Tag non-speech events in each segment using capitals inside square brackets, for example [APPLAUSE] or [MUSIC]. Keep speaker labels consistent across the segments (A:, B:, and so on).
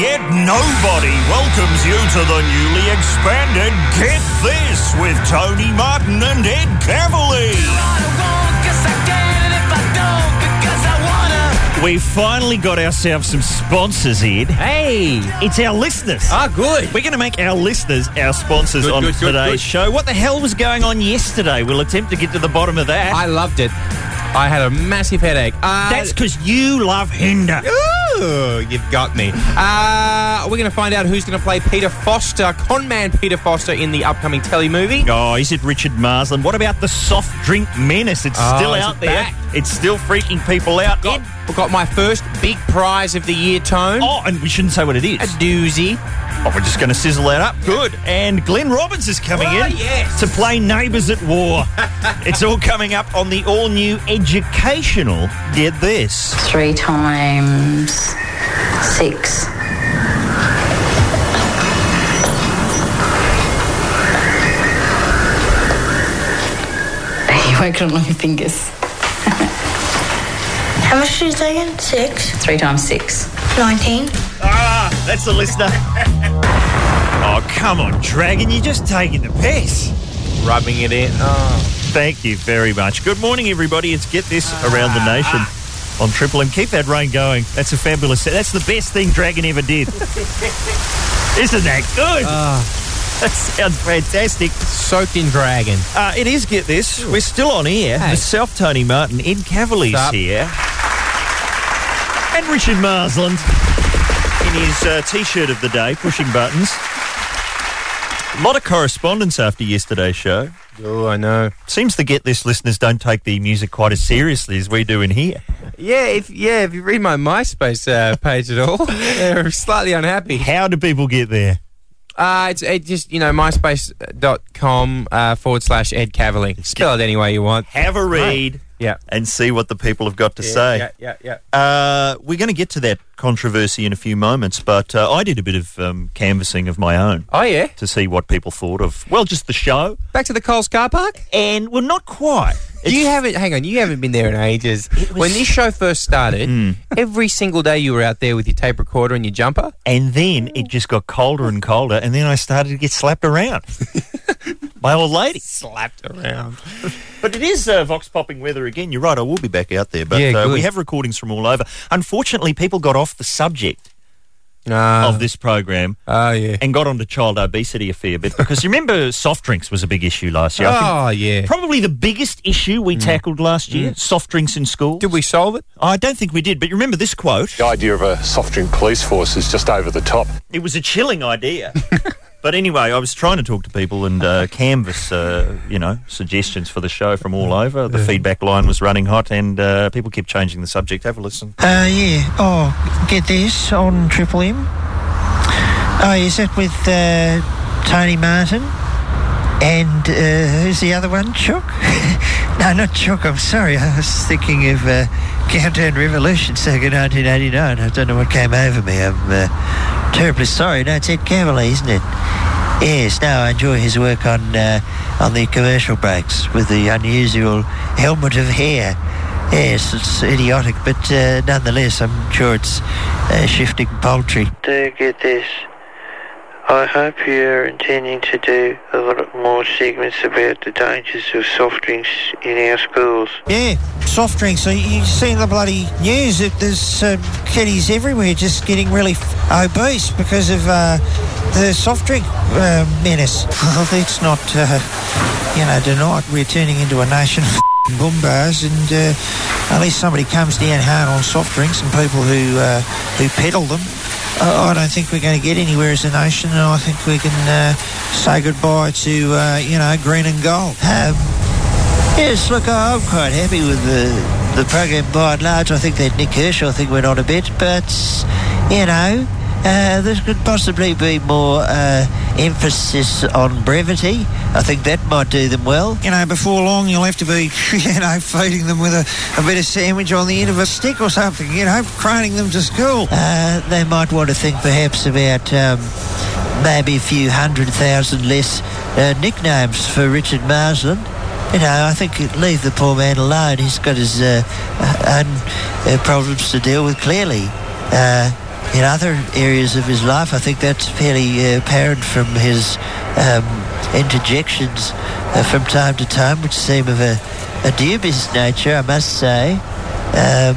A: yet nobody welcomes you to the newly expanded Get This with Tony Martin and Ed Cavalier. We finally got ourselves some sponsors, Ed.
B: Hey!
A: It's our listeners.
B: Ah, good.
A: We're going to make our listeners our sponsors
B: Good,
A: on
B: good, good,
A: today's
B: good.
A: show. What the hell was going on yesterday? We'll attempt to get to the bottom of that.
B: I loved it. I had a massive headache. Uh,
A: That's because you love Hinder.
B: Ooh, you've got me. Uh, we're going to find out who's going to play Peter Foster, conman Peter Foster, in the upcoming telly movie.
A: Oh, is it Richard Marsland? What about the soft drink menace? It's
B: Oh,
A: still
B: is
A: out
B: it
A: there.
B: back?
A: It's still freaking people out.
B: Got,
A: Ed-
B: got my first big prize of the year, Tone.
A: oh, and we shouldn't say what it is.
B: A doozy.
A: Oh, we're just going to sizzle that up. Good. And Glenn Robbins is coming
B: Oh,
A: in
B: yes.
A: to play Neighbours at
B: [LAUGHS]
A: War. it's all coming up on the all new educational Get This.
C: three times six. [LAUGHS] You're working on my fingers.
D: How much did you take in? Six.
C: Three times six.
D: Nineteen.
A: Ah, [LAUGHS] that's the
B: [LAUGHS]
A: listener. oh, come on, Dragon. You're just taking the piss.
B: Rubbing it in. Oh.
A: Thank you very much. Good morning, everybody. It's Get This Around the Nation
B: Ah.
A: on Triple M. Keep that rain going. That's a fabulous. That's the best thing Dragon ever
B: [LAUGHS]
A: did. Isn't that good? [LAUGHS] that sounds fantastic.
B: Soaked in dragon.
A: Uh, it is Get This. We're still on air.
B: Hey.
A: Myself, Tony Martin, Ed
B: What's
A: Cavalier's
B: up?
A: here. And Richard Marsland in his uh, t shirt of the day, pushing buttons. A lot of correspondence after yesterday's show.
B: Oh, I know.
A: Seems the Get This listeners don't take the music quite as seriously as we do in here.
B: Yeah, if yeah, if you read my MySpace uh, page at all, [LAUGHS] they're slightly unhappy.
A: How do people get there?
B: Uh, it's it just, you know, myspace.com uh, forward slash Ed Cavalier. Spell it any way you want.
A: Have a read
B: Yeah.
A: and see what the people have got to
B: Yeah,
A: say.
B: Yeah, yeah, yeah.
A: Uh, we're going to get to that controversy in a few moments, but uh, I did a bit of um, canvassing of my own.
B: Oh, yeah.
A: to see what people thought of well just the show
B: Back to the Coles car park.
A: and well not quite
B: you haven't, hang on, you haven't been there in ages. When this show first started,
A: Hmm.
B: every single day you were out there with your tape recorder and your jumper.
A: and then it just got colder and colder and then i started to get slapped
B: [LAUGHS]
A: around by old lady
B: Slapped around.
A: but it is uh, vox popping weather again you're right i will be back out there but
B: Yeah,
A: uh, we
B: good.
A: have recordings from all over unfortunately people got off the subject
B: No.
A: of this program
B: oh, yeah.
A: and got onto child obesity a fair bit because you remember soft drinks was a big issue last year I think
B: Oh, yeah. Mm.
A: Probably the biggest issue we tackled last year, soft drinks in school.
B: Did we solve it?
A: I don't think we did, but you remember this quote?
E: The idea of a soft drink police force is just over the top.
A: it was a chilling [LAUGHS] idea. but anyway, I was trying to talk to people and uh, canvas, uh, you know, suggestions for the show from all over. The feedback line was running hot, and uh, people kept changing the subject. Have a listen.
F: Uh, yeah. Oh, get this on Triple M. Oh, is it with uh, Tony Martin? And uh, who's the other one? Chuck? [LAUGHS] no, not Chuck. I'm sorry. I was thinking of uh, Countdown Revolution, circa 1989. I don't know what came over me. I'm uh, terribly sorry. No, it's Ed Cavalier, isn't it? Yes. No, I enjoy his work on uh, on the commercial breaks with the unusual helmet of hair. Yes, it's idiotic, but uh, nonetheless, I'm sure it's uh, shifting poultry.
G: do get this. I hope you are intending to do a lot more segments about the dangers of soft drinks in our schools.
F: Yeah, soft drinks. So you've seen the bloody news that there's uh, kiddies everywhere just getting really f- obese because of uh, the soft drink uh, menace. [LAUGHS] Well, that's not, uh, you know, denied. We're turning into a nation of Goombas, and uh, unless somebody comes down hard on soft drinks and people who uh, who peddle them, uh, I don't think we're going to get anywhere as a nation. And I think we can uh, say goodbye to uh, you know green and gold. Um, Yes, look, I- I'm quite happy with the the program by and large. I think that Nick Kershaw thing went on a bit, but you know, uh, there could possibly be more uh, emphasis on brevity. I think that might do them well. You know, before long you'll have to be [LAUGHS] you know feeding them with a, a bit of sandwich on the end of a stick or something. You know, craning them to school. Uh, they might want to think perhaps about. Um, maybe a few hundred thousand less uh, nicknames for Richard Marsland. You know, I think leave the poor man alone. He's got his uh, uh, own uh, problems to deal with, clearly. Uh,
H: in other areas of his life, I think that's fairly uh, apparent from his um, interjections uh, from time to time, which seem of a, a dubious nature, I must say. Um,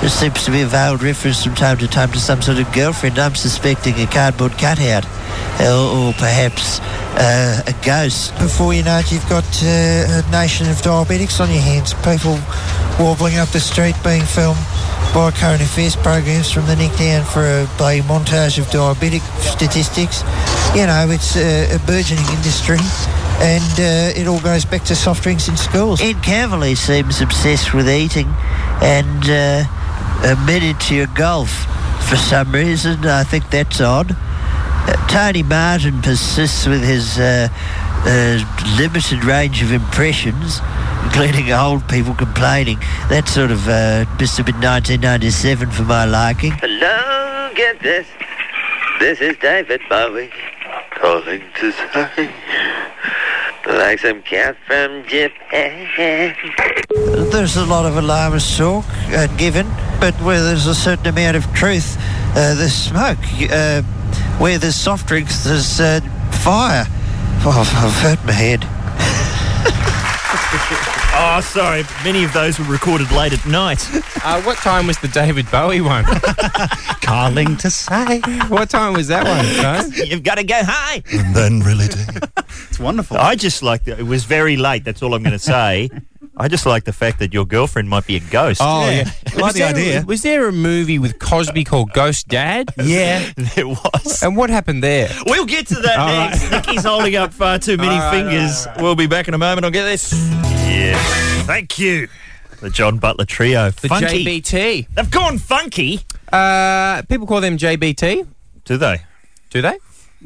H: there seems to be a veiled reference from time to time to some sort of girlfriend. I'm suspecting a cardboard cutout, or, or perhaps uh, a ghost.
F: Before you know it, you've got uh, a nation of diabetics on your hands. People warbling up the street being filmed by current affairs programs from the neck down for a bloody montage of diabetic statistics. You know, it's uh, a burgeoning industry and uh, it all goes back to soft drinks in schools.
H: Ed Cavalli seems obsessed with eating and uh, admitted to your golf for some reason. I think that's odd. Uh, Tony Martin persists with his uh, uh, limited range of impressions, including old people complaining. That sort of uh, must have been 1997 for my liking.
I: Hello, get this. This is David Bowie calling to say, like some cat from Japan.
H: There's a lot of alarmist talk uh, given, but where there's a certain amount of truth, uh, there's smoke. Uh, where there's soft drinks, there's uh, fire. Oh, I've- I've hurt my head.
A: Oh, sorry. Many of those were recorded late at night.
B: Uh, what time was the David Bowie one?
J: Carling to say.
B: what time was that
A: [LAUGHS]
B: one?
A: [LAUGHS]
B: Joe?
A: You've got to go high.
J: And then really do. [LAUGHS] It's wonderful.
A: I just like that. It was very late. That's all I'm going to say. I just like the fact that your girlfriend might be a ghost.
B: Oh yeah,
J: Like
B: Was
J: the
B: there-
J: idea.
B: Was there a movie with Cosby called Ghost Dad?
J: yeah.
A: [LAUGHS] There was.
B: And what happened there?
A: We'll get to that
B: All
A: next. Nicky's holding up far too many
B: All right,
A: fingers.
B: all
A: We'll be back in a moment. I'll get this. Yeah. Thank you. The John Butler Trio.
B: The
A: funky.
B: JBT.
A: They've gone funky.
B: Uh, people call them JBT.
A: Do they?
B: Do they?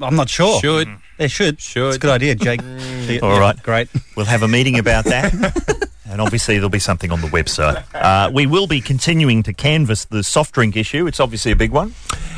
J: I'm not sure.
B: Should.
J: They should.
B: Should.
J: It's a good idea, Jake.
A: [LAUGHS] All right.
J: Great.
A: We'll have a meeting about that. And obviously, there'll be something on the website. Uh, we will be continuing to canvass the soft drink issue. It's obviously a big one.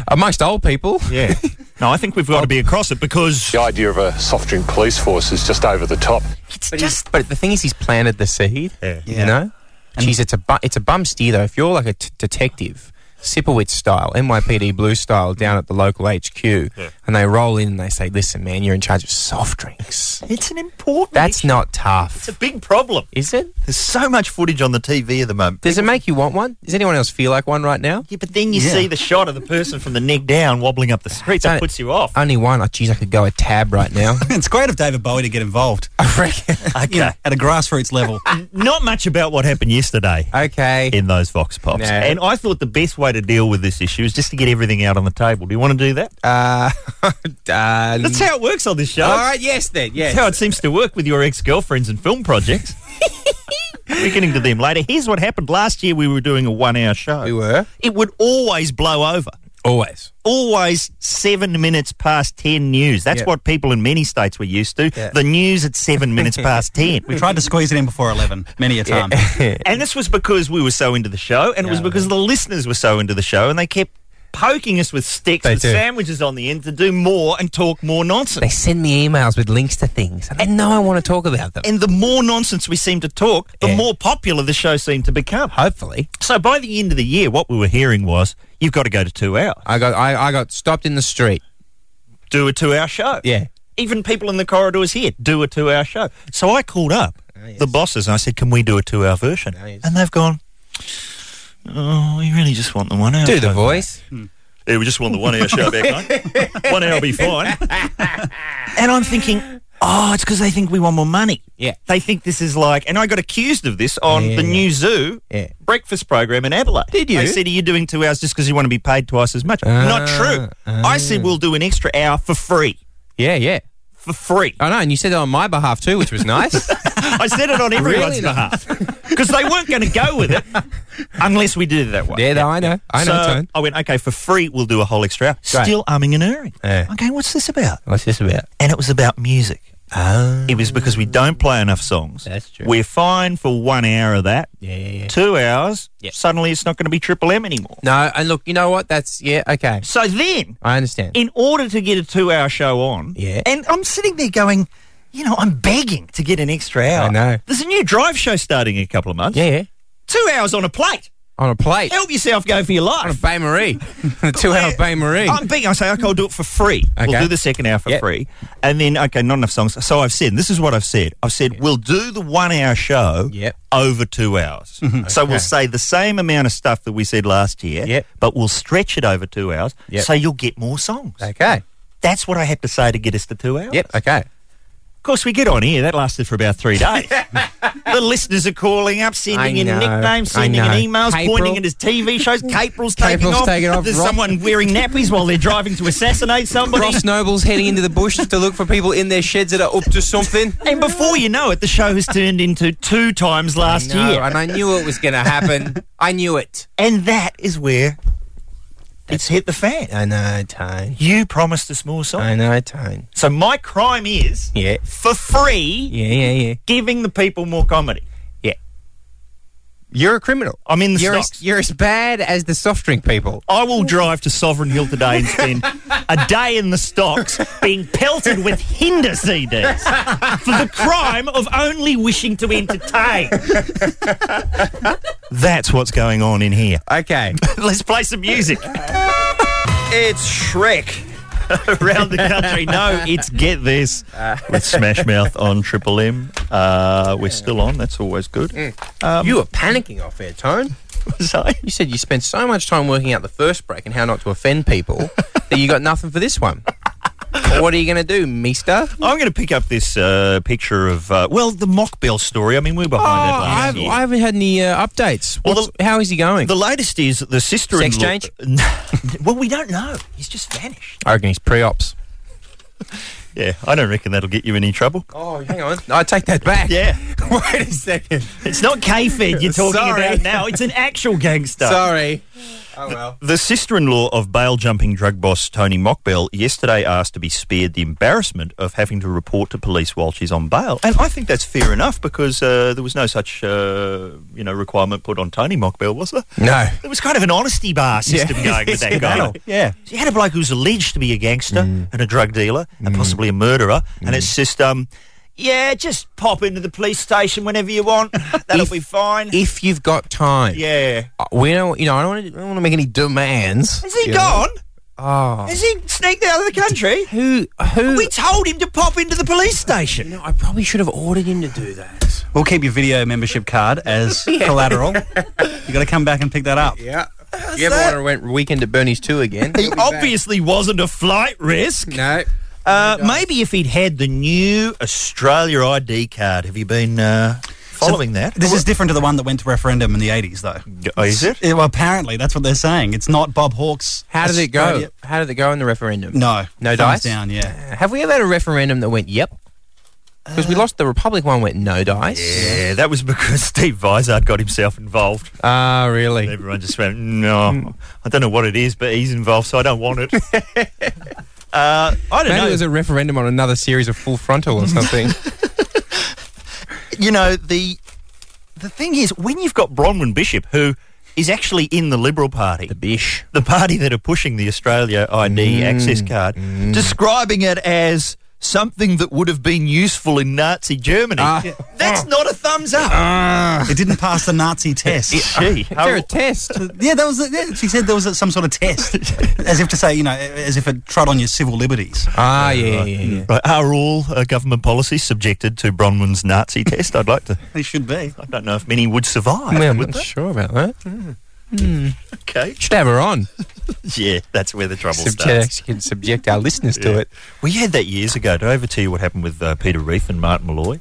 B: Amongst old people.
A: Yeah. No, I think we've got to be across it because
E: The idea of a soft drink police force is just over the top.
B: It's just. But the thing is, he's planted the seed.
A: Yeah.
J: Yeah.
B: You know. Jeez, it's a bu- it's a bum steer though. If you're like a t- detective, Sipowicz style, NYPD Blue style, down at the local HQ, and they roll in and they say, "Listen, man, you're in charge of soft drinks.
A: it's an important.
B: That's
A: issue.
B: not tough,
A: It's a big problem.
B: is it?
A: There's so much footage on the TV at the moment.
B: Does it make you want one? Does anyone else feel like one right now?
A: Yeah, but then you see the shot of the person from the neck down wobbling up the street. That
B: Don't-
A: puts you off.
B: Only one. Oh, geez, I could go a tab right now.
J: It's great of David Bowie to get involved.
B: [LAUGHS] I reckon.
A: Okay.
J: You know, at a grassroots level.
A: [LAUGHS] Not much about what happened yesterday
B: Okay.
A: in those Vox Pops.
B: No.
A: And I thought the best way to deal with this issue is just to get everything out on the table. Do you want to do that?
B: Uh, done.
A: That's how it works on this show.
B: All right. Yes, then.
A: That's how
B: Yes.
A: it seems to work with your ex girlfriends and film
B: [LAUGHS]
A: projects. We're getting to them later. Here's what happened last year. We were doing a one hour show.
B: We were
A: It would always blow over.
B: always.
A: Always seven minutes past 10 news. That's
B: Yeah.
A: what people in many states were used to.
B: Yeah.
A: The news at seven minutes
B: [LAUGHS]
A: past 10.
J: We tried to squeeze it in before 11 many a time.
A: And this was because we were so into the show, and it was
J: Yeah.
A: because the listeners were so into the show, and they kept poking us with sticks
B: They
A: with
B: do.
A: sandwiches on the end to do more and talk more
B: They
A: nonsense.
B: send me emails with links to things, and I know I want to talk about them.
A: And the more nonsense we seemed to talk, the
B: Yeah.
A: more popular the show seemed to become.
B: Hopefully,
A: So by the end of the year, what we were hearing was, you've got to go to two hours.
B: I got I, I got stopped in the street.
A: Do a two hour show.
B: Yeah.
A: Even people in the corridors here do a two hour show. So I called up
B: Ah,
A: the bosses and I said, can we do a two hour version?
B: yes.
A: And they've gone, oh, we really just want the one hour
B: [LAUGHS] Do
A: show
B: the
A: back."
B: voice.
A: Yeah, we just want the one hour show back [LAUGHS] on. One hour will be fine. and I'm thinking, oh, it's because they think we want more money.
B: Yeah.
A: They think this is like, and I got accused of this on
B: Yeah.
A: the New Zoo
B: Yeah.
A: breakfast program in Adelaide.
B: Did you? Ah,
A: They said, are you doing two hours just because you want to be paid twice as much? Not true. I said, we'll do an extra hour for free.
B: Yeah, yeah.
A: For free.
B: I know, and you said that on my behalf too, which was [LAUGHS] nice.
A: I said it on everyone's
B: [LAUGHS] Really not.
A: behalf because they weren't going to go with it unless we did it that way.
B: yeah, no, I know. I know,
A: so
B: Tone.
A: I went, okay, for free, we'll do a whole extra hour.
B: Great.
A: Still umming and erring.
B: Yeah.
A: Okay, what's this about?
B: What's this about?
A: And it was about music.
B: Oh.
A: It was because we don't play enough songs.
B: That's true.
A: We're fine for one hour of that.
B: Yeah, yeah, yeah.
A: Two hours,
B: Yep.
A: suddenly it's not going to be Triple M anymore.
B: No, and look, you know what? That's, yeah, okay.
A: So then,
B: I understand.
A: in order to get a two hour show on,
B: Yeah.
A: and I'm sitting there going, you know, I'm begging to get an extra hour.
B: I know.
A: There's a new drive show starting in a couple of months.
B: yeah, yeah.
A: Two hours on a plate.
B: on a plate.
A: Help yourself go for your life.
B: On a bain [LAUGHS] marie. a two hour bain marie.
A: I'm big. I say, okay, I'll do it for free. We'll
B: Okay.
A: do the second hour for
B: Yep.
A: free. And then, okay, not enough songs. So I've said, this is what I've said. I've said, we'll do the one hour show
B: Yep. Mm-hmm.
A: over two hours. So we'll say the same amount of stuff that we said last year,
B: Yep.
A: but we'll stretch it over two hours
B: Yep.
A: so you'll get more songs.
B: Okay.
A: That's what I had to say to get us to two hours.
B: Yep. Okay.
A: Of course, we get on here. That lasted for about three
B: [LAUGHS]
A: days. the listeners are calling up, sending
B: I
A: in
B: know,
A: nicknames,
B: I
A: sending in
B: know.
A: emails, pointing
B: Capril.
A: at his TV shows. Capril's taking
B: Capril's
A: off.
B: taking off.
A: There's
B: Rob-
A: someone wearing nappies while they're driving to assassinate somebody.
B: [LAUGHS] Ross Noble's heading into the bush to look for people in their sheds that are up to something.
A: And before you know it, the show has turned into two times last
B: [LAUGHS] No,
A: year.
B: and I knew it was going to happen. [LAUGHS] I knew it.
A: And that is where it's hit the fan.
B: I know, Tone.
A: You promised us more songs.
B: I know, Tone.
A: So my crime is,
B: Yeah.
A: for free,
B: Yeah, yeah, yeah.
A: giving the people more comedy.
B: You're a criminal.
A: I'm in the
B: You're
A: stocks.
B: as, you're as bad as the soft drink people.
A: I will drive to Sovereign Hill today and spend a day in the stocks being pelted with Hinder CDs for the crime of only wishing to entertain. That's what's going on in here. [LAUGHS]
B: [LAUGHS] Okay.
A: Let's play some music
B: it's Shrek.
A: around the country. No, it's Get This with Smash Mouth on Triple M. Uh, we're still on. That's always good. [LAUGHS]
B: you were panicking off air, Tone.
A: So,
B: You said you spent so much time working out the first break and how not to offend [LAUGHS] people that you got nothing for this one. what are you going to do, Mister?
A: I'm going to pick up this uh, picture of, uh, well, the Mock Bell story. I mean, we were behind it last
B: I've,
A: year.
B: Oh, I haven't had any uh, updates.
A: Oh, Well,
B: What's-
A: the-
B: how is he going?
A: The latest is the sister in law. [LAUGHS]
B: Sex
A: well, we don't know. He's just vanished.
B: I reckon he's pre-ops.
A: Yeah, I don't reckon that'll get you any trouble.
B: Oh, hang on. I take that back.
A: Yeah,
B: [LAUGHS] Wait a second.
A: it's not K-Fed [LAUGHS] you're talking
B: Sorry.
A: about now. It's an actual gangster.
B: Sorry. Oh well.
A: The sister-in-law of bail jumping drug boss Tony Mockbell yesterday asked to be spared the embarrassment of having to report to police while she's on bail, and I think that's fair enough because uh, there was no such uh, you know requirement put on Tony Mockbell, was there?
B: No.
A: There was kind of an honesty bar system going with that guy.
J: [LAUGHS] Yeah. Mm.
A: So you had a bloke who's alleged to be a gangster and a drug dealer and possibly a murderer, and it's just um, yeah, just pop into the police station whenever
J: [LAUGHS]
A: you want. That'll
B: If-
A: be fine.
B: If you've got time.
A: yeah.
B: Uh, We don't. You know. I don't. wanna- I don't want to make any demands.
A: Has he
B: you know?
A: gone?
B: Oh.
A: Has he sneaked out of the country?
B: Who? Who?
A: We told him to pop into the police station.
B: I probably should have ordered him to do that.
J: We'll keep your video membership card
B: [LAUGHS]
J: as collateral. you got to come back and pick that up.
B: Yeah. you ever want to went weekend at Bernie's too again?
A: [LAUGHS] He obviously wasn't a flight risk.
B: no.
A: Uh, maybe if he'd had the new Australia ID card. Have you been uh, following that?
J: This is different to the one that went to referendum in the 80s, though.
A: Oh, is it?
J: Yeah, well, apparently, that's what they're saying. It's not Bob Hawke's.
B: How did it go?
J: Australia-
B: How did it go in the referendum?
J: No.
B: No
J: Thumbs
B: dice?
J: down, yeah.
B: Uh, Have we ever had a referendum that went yep? Because we lost the Republic one went no dice.
A: Yeah, that was because [LAUGHS] Steve Visard got himself involved.
B: Ah, really?
A: Everyone just went, no, I don't know what it is, but he's involved, so I don't want it. [LAUGHS] uh, I don't
B: Maybe
A: know.
B: it was a referendum on another series of Full Frontal or [LAUGHS] something.
A: you know the the thing is when you've got Bronwyn Bishop, who is actually in the Liberal Party,
B: Bish. Mm.
A: the party that are pushing the Australia ID access card, describing it as something that would have been useful in Nazi Germany.
B: Ah.
A: That's not a thumbs up.
J: It didn't pass the
B: [LAUGHS]
J: Nazi test.
A: Gee,
B: Is there
A: how,
B: a test?
J: Yeah, that was. Yeah, she said there was some sort of
B: [LAUGHS]
J: test, as if to say, you know, as if it trod on your civil liberties.
B: ah, yeah, yeah, yeah.
A: right, are all uh, government policies subjected to Bronwyn's Nazi test? I'd like to.
J: They should be.
A: I don't know if many would survive.
B: Well, I'm
A: would
B: not sure about that.
A: they? Okay. [LAUGHS]
B: Should have her on.
A: Yeah, that's where the trouble starts.
B: Subject, can subject our listeners to it.
A: We had that years ago. Did I ever tell you what happened with uh, Peter Reith and Martin Malloy?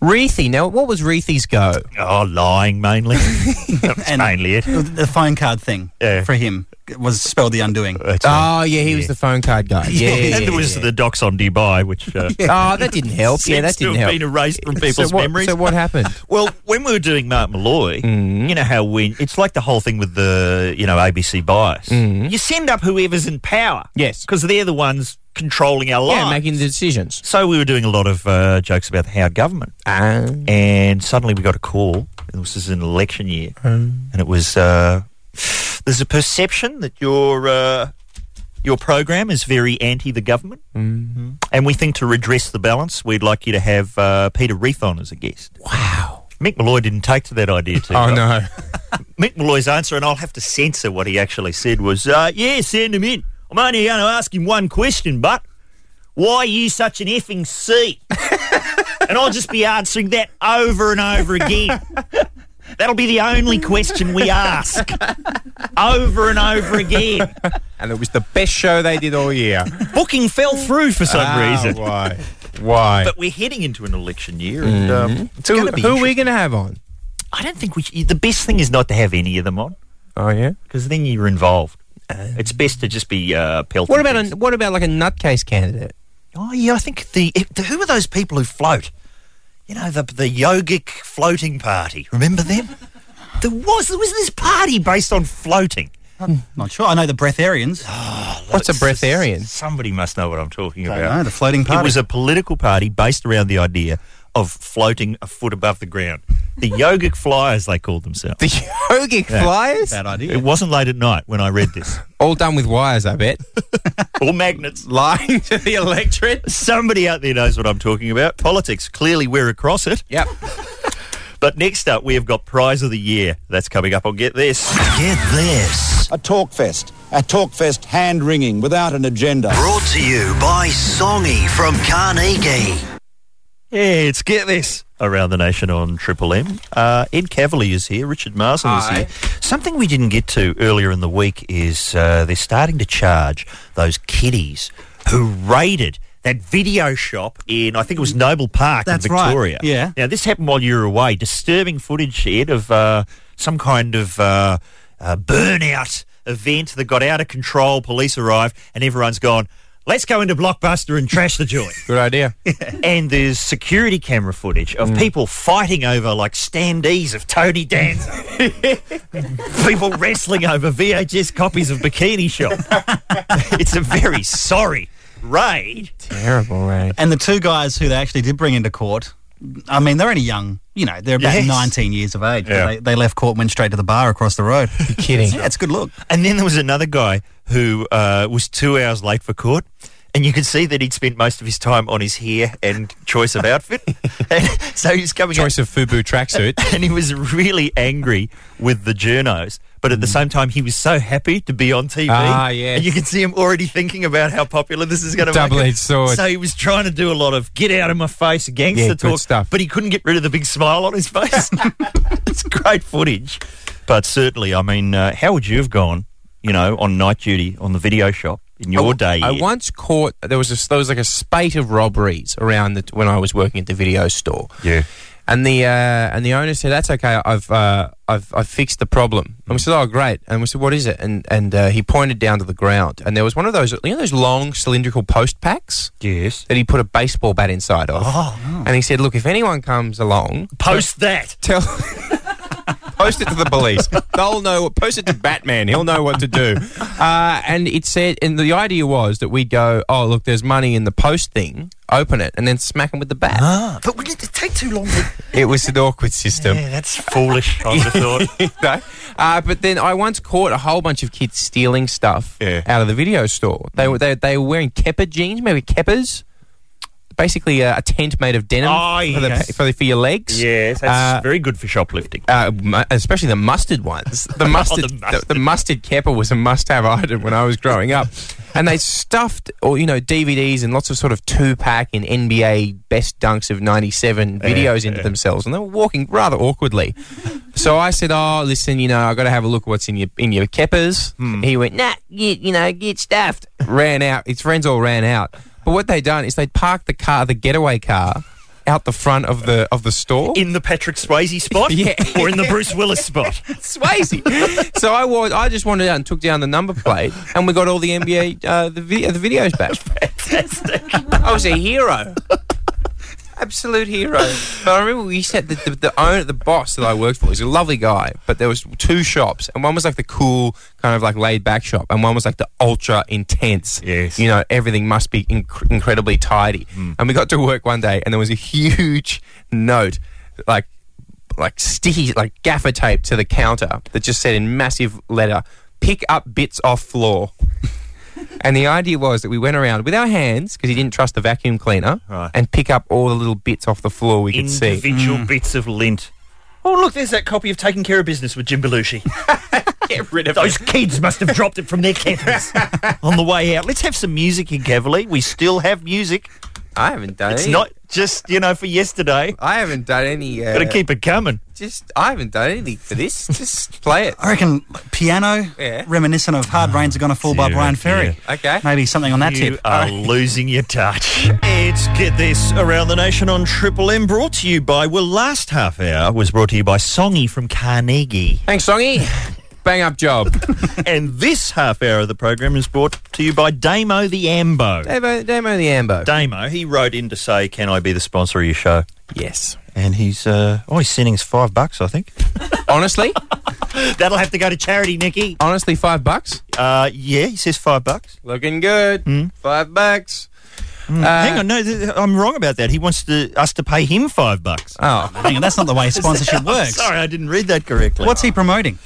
B: Reethy. Now, what was Reethy's go?
A: Oh, lying
B: [LAUGHS]
A: mainly. that was
J: And-
A: mainly it.
J: The phone card thing
A: Yeah.
J: for him was spelled the undoing.
A: That's right.
B: Oh, yeah, he was the phone card guy. Yeah, yeah,
A: uh, and
B: yeah,
A: there was
B: yeah.
A: the docs on Dubai, which
B: [LAUGHS]
A: uh,
B: Oh, that didn't help. Yeah,
A: seems
B: that
A: to
B: didn't
A: have
B: help.
A: been erased from people's
B: so what,
A: memories.
B: So Mm-hmm. what happened?
A: Well, when we were doing Martin Malloy, you know how we, it's like the whole thing with the, you know, ABC bias. You send up whoever's in power.
B: Mm-hmm. Yes.
A: Because they're the ones controlling our lives.
B: yeah, making the decisions.
A: so we were doing a lot of uh, jokes about the Howard government.
B: Um,
A: and suddenly we got a call. And this is an election year,
B: Hmm.
A: and it was uh, there's a perception that your uh, your program is very anti the government,
B: Mm-hmm.
A: and we think to redress the balance, we'd like you to have uh, Peter Reith on as a guest.
B: wow.
A: Mick Malloy didn't take to that idea too
B: Oh,
A: well.
B: no.
A: Mick Malloy's answer, and I'll have to censor what he actually said, was, uh, yeah, send him in. I'm only going to ask him one question, but why are you such an effing C? and I'll just be answering that over and over again. That'll be the only question we ask over and over again.
B: [LAUGHS] And it was the best show they did all year.
A: Booking fell through for some
B: [LAUGHS] Ah,
A: reason.
B: [LAUGHS] Why? Why?
A: But we're heading into an election year, and um, it's
B: who
A: going to be.
B: Mm-hmm. who are we
A: interesting.
B: going to have on?
A: I don't think we. Sh- the best thing is not to have any of them on
B: Oh yeah.
A: because then you're involved. it's best to just be uh, pelting.
B: What about
A: things.
B: a, what about like a nutcase candidate?
A: Oh yeah, I think the, it- the who are those people who float? You know the the yogic floating party. Remember them? there was there was this party based on floating.
J: Not sure. I know the breatharians.
B: What's a breatharian?
A: Somebody must know what I'm talking
J: I
A: about.
J: know the floating party.
A: It was a political party based around the idea of floating a foot above the ground. The yogic flyers, they called themselves.
B: [LAUGHS] The yogic flyers,
J: bad idea.
A: It wasn't late at night when I read this.
B: all done with wires, I bet.
A: or magnets.
B: [LAUGHS] Lying to the electorate.
A: Somebody out there knows what I'm talking about. Politics, clearly we're across it.
B: Yep.
A: But next up, we have got Prize of the Year. That's coming up on Get This.
K: Get this.
L: A talk fest. A talk fest hand wringing without an agenda.
K: Brought to you by Songy from Carnegie.
A: Yeah, it's Get This. Around the Nation on Triple M. Uh, Ed Cavalier is here. Richard Marsden is
B: Hi.
A: here. Something we didn't get to earlier in the week is uh, they're starting to charge those kiddies who raided that video shop in, I think it was Noble Park
J: That's
A: in
J: right,
A: Victoria.
J: yeah.
A: Now, this happened while you were away. Disturbing footage, Ed, of uh, some kind of uh, uh, burnout event that got out of control. Police arrived, and everyone's gone, let's go into Blockbuster and trash the joint.
B: Good idea.
A: And there's security camera footage of people fighting over like standees of Tony Danza. people wrestling over VHS copies of Bikini Shop. it's a very sorry raid.
B: Terrible, eh? right?
J: And the two guys who they actually did bring into court, I mean, they're only young. You know, they're about
A: Yes.
J: 19 years of age. but
A: Yeah.
J: They, they left court and went straight to the bar across the road. You're
B: kidding.
J: yeah, it's a good look.
A: And then there was another guy who uh, was two hours late for court. And you could see that he'd spent most of his time on his hair and choice of outfit. and so he's coming out-
B: Choice of Fubu [LAUGHS]
A: [LAUGHS]
B: tracksuit.
A: and he was really angry with the journos. But at the same time, he was so happy to be on TV.
B: Mm. Ah, yes.
A: And you can see him already thinking about how popular this is going to be.
B: Double-edged sword.
A: So he was trying to do a lot of get out of my face gangster
B: Yeah, good
A: talk
B: stuff.
A: but he couldn't get rid of the big smile on his
B: [LAUGHS]
A: face. [LAUGHS] it's great footage. But certainly, I mean, uh, how would you have gone, you know, on night duty on the video shop in your
B: I,
A: day?
B: I
A: Ed?
B: once caught there was a, there was like a spate of robberies around the, when I was working at the video store.
A: Yeah.
B: And the uh, and the owner said, "That's okay. I've uh, I've I've fixed the problem." And we said, "Oh, great!" And we said, "What is it?" And and uh, he pointed down to the ground, and there was one of those you know those long cylindrical post packs
A: Yes.
B: that he put a baseball bat inside of.
A: Oh.
B: And he said, "Look, if anyone comes along,
A: Post that.
B: tell." [LAUGHS] Post it to the police. They'll know. Post it to Batman. He'll know what to do. Uh, and it said, and the idea was that we'd go, oh look, there's money in the post thing. Open it and then smack him with the bat.
A: But would it take too long? to-
B: It was an awkward system. [LAUGHS]
A: yeah, that's foolish, I would have thought.
B: no. Uh, but then I once caught a whole bunch of kids stealing stuff
A: Yeah.
B: out of the video store. They were they, they were wearing Kepper jeans, maybe Keppers. Basically, a, a tent made of denim
A: Oh,
B: for, the,
A: yes.
B: for, the, for your legs.
A: Yes, that's
B: Uh,
A: very good for shoplifting.
B: Uh, mu- especially the mustard ones. The mustard, the,
A: mustard.
B: the mustard kepper was a must-have item when I was growing up, and they stuffed, or you know, DVDs and lots of sort of two-pack and NBA best dunks of '97 videos into themselves, and they were walking rather awkwardly. So I said, "Oh, listen, you know, I got to have a look at what's in your in your keppers." He went, "Nah, get, you know, get stuffed." Ran out. His friends all ran out. But what they done is they parked the car, the getaway car, out the front of the of the store.
A: in the Patrick Swayze spot
B: Yeah.
A: or in the Bruce Willis spot.
B: [LAUGHS] Swayze. so I was, I just wandered out and took down the number plate, and we got all the NBA uh, the video the videos back.
A: Fantastic.
B: I was a hero, absolute hero. But I remember we said that the, the owner, the boss that I worked for, was a lovely guy, but there was two shops, and one was like the cool kind of like laid back shop, and one was like the ultra intense.
A: Yes.
B: you know everything must be inc- incredibly tidy. And we got to work one day, and there was a huge note like like sticky like gaffer tape to the counter that just said in massive letter pick up bits off floor and the idea was that we went around with our hands because he didn't trust the vacuum cleaner
A: Right.
B: and pick up all the little bits off the floor we could see
A: Individual bits of lint.
M: Oh, look, there's that copy of Taking Care of Business with Jim Belushi.
B: [LAUGHS] Get rid of
A: Those kids must have dropped it from
B: [LAUGHS]
A: their campers on the way out. Let's have some music in Cavalier. We still have music.
B: I haven't done
A: It's
B: any.
A: not just, you know, for yesterday.
B: I haven't done any. Uh,
A: Gotta keep it coming.
B: Just, I haven't done anything for [LAUGHS] this. Just play it.
J: I reckon like, piano,
B: Yeah.
J: reminiscent of Hard Rains Are Gonna Fall by
A: dear,
J: Brian
A: oh,
J: Ferry.
A: dear.
B: Okay.
J: Maybe something on that
A: you
J: tip.
A: are losing your touch. It's Get This Around the Nation on Triple M, brought to you by, well, last half hour was brought to you by Songy from Carnegie.
B: Thanks, Songy. Bang up job.
A: and this half hour of the program is brought to you by Damo the Ambo.
B: Damo, Damo the Ambo.
A: Damo, he wrote in to say, Can I be the sponsor of your show?
B: Yes.
A: And he's, uh, oh, he's sending us five bucks, I think.
B: Honestly,
A: [LAUGHS] That'll have to go to charity, Nikki.
B: honestly, five bucks.
A: Uh, yeah, he says five bucks.
B: Looking good. Five bucks.
A: Hmm?
B: Uh,
A: Hang on, no, th- I'm wrong about that. He wants to, us to pay him five bucks.
B: Oh,
J: Uh, Hang on, that's not the way sponsorship
A: [LAUGHS] I'm
J: works.
A: Sorry, I didn't read that correctly.
J: What's he promoting?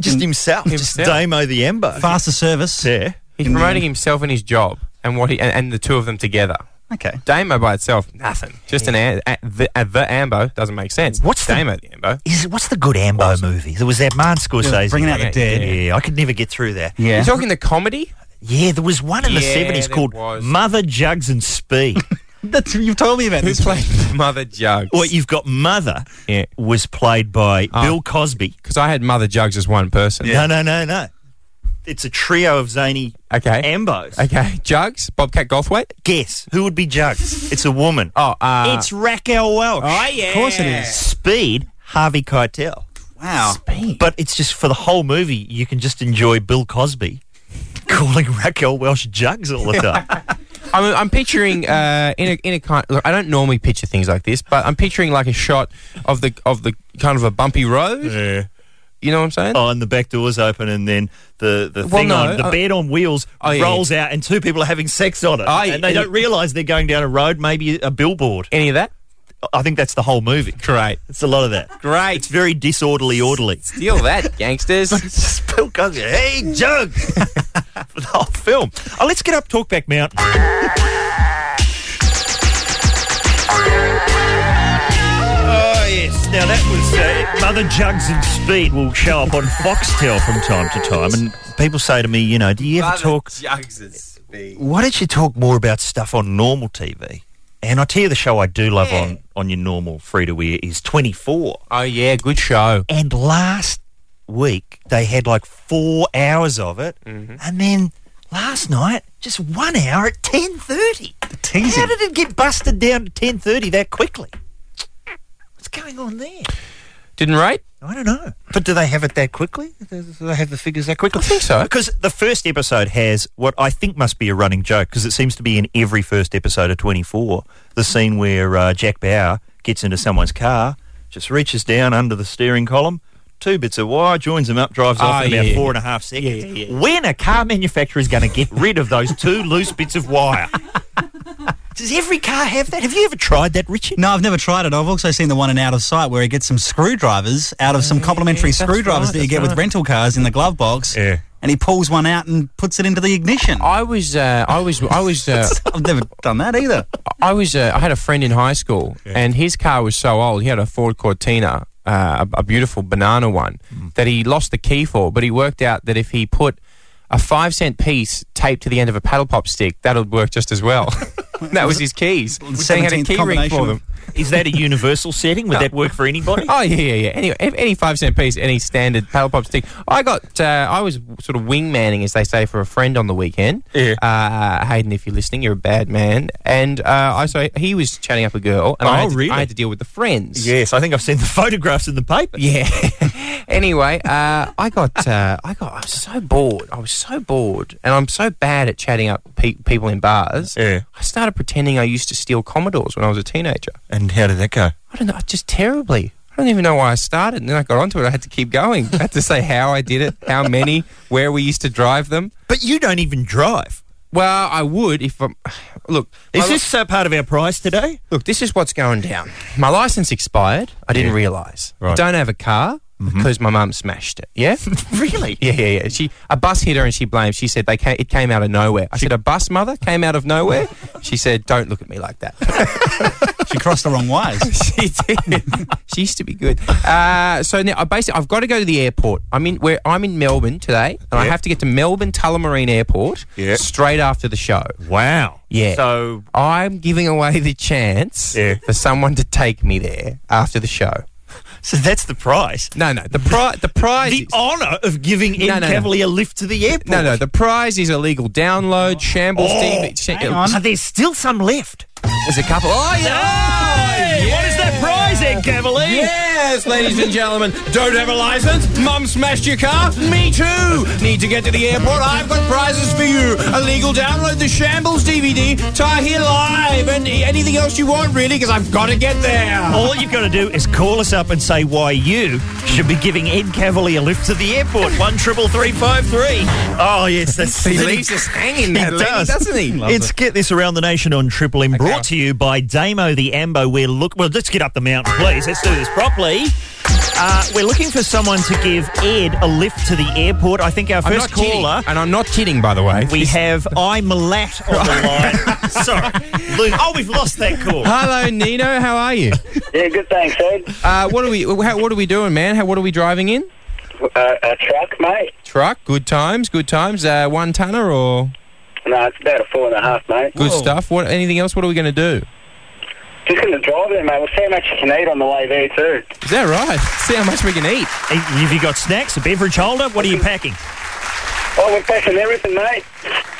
A: just himself? Just
B: Himself.
A: Damo the Ambo.
J: Faster service.
A: Yeah.
B: he's
J: In the-
B: promoting himself and his job, and what he and, and the two of them together.
J: Okay.
B: Damo by itself, nothing. Just an a, a, the, a, the Ambo doesn't make sense.
A: What's the-
B: Damo the, Ambo?
A: Is what's the good Ambo movie? There was that Martin Scorsese.
J: Bringing Out the
A: movie.
J: Dead.
A: Yeah, I could never get through that.
J: Yeah.
B: You talking the comedy?
A: Yeah, there was one in the
B: Yeah,
A: seventies
B: there
A: called
B: was.
A: Mother Jugs and
B: [LAUGHS]
A: Spee.
J: That's, you've told me about
B: Who's
J: this.
B: playing [LAUGHS] Mother Jugs?
A: well, you've got Mother
B: Yeah.
A: was played by
B: Oh.
A: Bill Cosby.
B: Because I had Mother Jugs as one person.
A: No, no, no, no. It's a trio of zany
B: Okay.
A: Ambos.
B: Okay. Jugs, Bobcat Goldthwait.
A: Guess who would be Jugs? It's a woman.
B: Oh, uh,
A: it's Raquel Welch.
B: Oh, yeah. Of course it is.
A: Speed Harvey Keitel.
J: Wow.
B: Hmm.
A: But it's just for the whole movie. You can just enjoy Bill Cosby [LAUGHS] calling Raquel Welch Jugs all
B: [LAUGHS]
A: the time.
B: I'm, I'm picturing uh, in a in a kind. Look, I don't normally picture things like this, but I'm picturing like a shot of the of the kind of a bumpy road.
A: yeah.
B: You know what I'm saying?
A: Oh, and the back door's open, and then the, the
B: Well,
A: thing
B: no,
A: on the
B: uh,
A: bed on wheels
B: Oh, yeah,
A: rolls out, and two people are having sex on it,
B: Oh, yeah,
A: and they
B: and
A: don't
B: it-
A: realise they're going down a road, maybe a billboard.
B: Any of that?
A: I think that's the whole movie.
B: Great,
A: It's a lot of that. It's
B: great.
A: very disorderly, orderly.
B: Deal that, gangsters.
A: [LAUGHS] Bill Cosby, hey Jug, [LAUGHS] for the whole film. Oh, let's get up Talkback Mountain. Oh yes, now that was uh, Mother Jugs and Speed will show up on Foxtel from time to time, and people say to me, you know, do you ever talk?
B: Jugs is
A: Why don't you talk more about stuff on normal TV? And I tell you, the show I do love on on your normal free to air is Twenty Four.
B: Oh yeah, good show.
A: And last week they had like four hours of it, and then last night just one hour at ten thirty.
J: teasing.
A: How did it get busted down to ten thirty that quickly? What's going on there?
B: Didn't rate?
A: I don't know. But do they have it that quickly? Do they have the figures that quickly?
B: I think so.
A: Because the first episode has what I think must be a running joke, because it seems to be in every first episode of 24. The scene where uh, Jack Bauer gets into someone's car, just reaches down under the steering column, two bits of wire, joins them up, drives off
B: Oh,
A: in
B: yeah.
A: about four and a half seconds. When a car manufacturer is going to get rid of those two loose bits of [LAUGHS] wire? Does every car have that? Have you ever tried that, Richard?
J: No, I've never tried it. I've also seen the one in Out of Sight where he gets some screwdrivers out of some complimentary
B: Oh, that's
J: screwdrivers
B: right,
J: that you
B: that's
J: get
B: right.
J: with rental cars in the glove box.
A: Yeah.
J: And he pulls one out and puts it into the ignition.
B: I was, uh, I was, I was, uh,
J: [LAUGHS] I've never done that either.
B: I was. Uh, I had a friend in high school, and his car was so old. He had a Ford Cortina, uh, a, a beautiful banana one, that he lost the key for. But he worked out that if he put a five cent piece taped to the end of a paddle pop stick, that'll work just as [LAUGHS] well. that was his keys. So he had a
J: 17th
B: key ring
J: combination
B: for
J: of-
B: them.
A: Is that a universal setting? Would that work for anybody?
B: Oh yeah, yeah, yeah. Anyway, if any five cent piece, any standard paddle pop stick. I got. Uh, I was sort of wingmanning, as they say, for a friend on the weekend.
A: Yeah.
B: Uh, Hayden, if you're listening, you're a bad man. And uh, I so he was chatting up a girl, and
A: Oh,
B: I, had to,
A: really?
B: I had to deal with the friends.
A: [LAUGHS] Yes, I think I've seen the photographs in the paper.
B: Yeah. [LAUGHS] anyway, uh, I got. Uh, I got. I was so bored. I was so bored, and I'm so bad at chatting up pe- people in bars.
A: Yeah.
B: I started pretending I used to steal Commodores when I was a teenager.
A: And how did that go?
B: I don't know, just terribly. I don't even know why I started. And then I got onto it. I had to keep going. I had to say how I did it, how many, where we used to drive them.
A: But you don't even drive.
B: Well, I would if I'm. Look,
A: Is
B: my li-
A: this uh, part of our prize today?
B: look? This is what's going down. My license expired. I didn't realise. I
A: Right. Mm-hmm.
B: don't have a car. because my mum smashed it.
A: [LAUGHS]
B: Yeah,
A: really?
B: Yeah, yeah, yeah. She a bus hit her and she blamed. She said they ca it came out of nowhere. I said a bus mother came out of nowhere. she said, "Don't look at me like that."
J: she crossed the wrong [LAUGHS] ways.
B: [LAUGHS] she did. she used to be good. Uh, so now I basically I've got to go to the airport. I'm in where I'm in Melbourne today, and I
A: Yeah.
B: have to get to Melbourne Tullamarine Airport straight after the show.
A: Wow.
B: Yeah.
A: So
B: I'm giving away the chance for someone to take me there after the show.
A: So that's the prize.
B: No, no. The prize. The prize.
A: The honour of giving Ed Cavalier a lift to the airport.
B: No, no. The prize is illegal download, shambles
A: Oh,
B: TV. Sh-
A: hang on. Are there still some left?
B: There's a couple. Oh, yeah.
A: What is that prize, Ed Cavalier?
B: Yes, ladies and gentlemen. Don't have a license? Mum smashed your car? Me too. Need to get to the airport? I've got prizes for you. Illegal download, the shambles DVD, Tahir Live, and anything else you want, really, because I've got to get there.
A: All you've got to do is call us up and say why you should be giving Ed Cavalier a lift to the airport. One triple three five three. Oh yes, that's
B: He leaves us hanging, that lady, doesn't he? Loves
A: It's
B: it.
A: get this around the nation on Triple M, brought to you by Damo the Ambo. We're look. Well, let's get up the mountain, please. Let's do this properly. Uh, we're looking for someone to give Ed a lift to the airport. I think our
B: I'm
A: first
B: not kidding,
A: caller.
B: and I'm not kidding, by the way.
A: We have I Malat on the line.
B: [LAUGHS]
A: Sorry, Luke. Oh, we've lost that call.
B: Hello, Nino. How are you?
N: Yeah, good. Thanks, Ed.
B: Uh, what are we? How, what are we doing, man? How, what are we driving in?
N: Uh, a truck, mate.
B: Truck. Good times. Good times. Uh, one tonner or
N: No, it's about a four and a half, mate.
B: good stuff. What? Anything else? What are we going to do?
N: Just going to drive there, mate. We'll see how much you can eat on the way there, too.
B: Is that right? See how much we can eat.
A: Have you got snacks? A beverage holder? What are you packing?
N: Oh, we're packing everything, mate.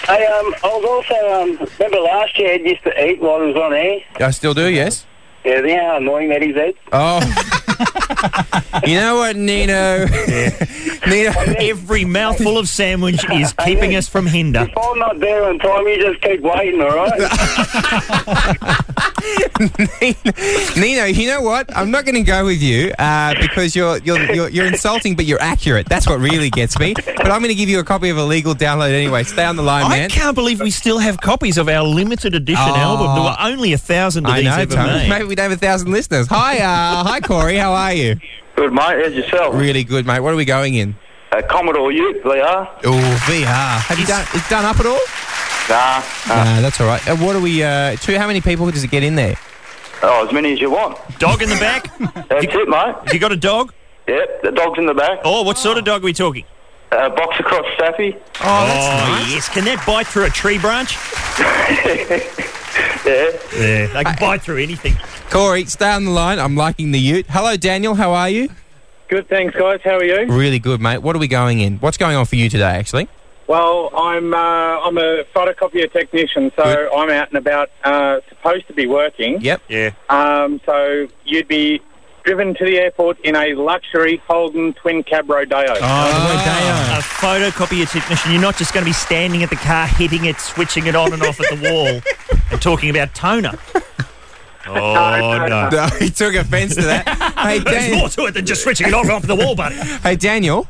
N: I, um, I was also, um, remember last year Ed used to eat while he was on air?
B: I still do. Yes.
N: Yeah, you know how annoying that is, Ed?
B: Oh. you know what, Nino? Nino.
A: Every mouthful of sandwich is keeping us from hinder.
N: If I'm not there on time, you just keep waiting, all right?
B: Nino, you know what? I'm not going to go with you uh, because you're, you're you're you're insulting, but you're accurate. That's what really gets me. But I'm going to give you a copy of a legal download anyway. Stay on the line,
A: I
B: man.
A: can't believe we still have copies of our limited edition
B: Oh.
A: album. There were only a thousand of
B: I
A: these
B: know,
A: ever
B: Tony.
A: made.
B: Maybe we'd have a thousand listeners. Hi, uh, hi, Corey. How are you?
N: Good, mate. How's yourself?
B: Really good, mate. What are we going in?
N: Uh, Commodore Ute, they are.
B: Oh, VR. Have you done? It's done up at all?
N: Nah.
B: Nah, that's all right. Uh, what are we? Uh, to how many people does it get in there?
N: Oh, as many as you want.
A: Dog in the back?
B: [LAUGHS]
N: That's it, mate.
A: You got a dog?
N: Yep, the dog's in the back.
A: Oh, what sort of dog are we talking?
N: Uh, box across Staffy.
A: Oh, yes. Can that bite through a tree
B: [LAUGHS]
A: branch?
N: yeah.
A: Yeah, they can bite through anything.
B: Corey, stay on the line. I'm liking the Ute. Hello, Daniel. How are you?
O: Good, thanks, guys. How are you?
B: Really good, mate. What are we going in? What's going on for you today, actually?
O: Well, I'm uh, I'm a photocopier technician, so I'm out and about, uh, supposed to be working.
B: Yep.
A: Yeah.
O: Um, so you'd be driven to the airport in a luxury Holden twin cab Rodeo.
B: Oh.
D: Oh,
A: Uh, a photocopier technician. You're not just going to be standing at the car, hitting it, switching it on and off at the wall, and talking about
B: [LAUGHS]
A: toner. Oh no!
B: No, he took offence to that. Hey,
A: There's
B: Dan-
A: more to it than just switching it on and off the wall, buddy.
B: [LAUGHS] Hey, Daniel,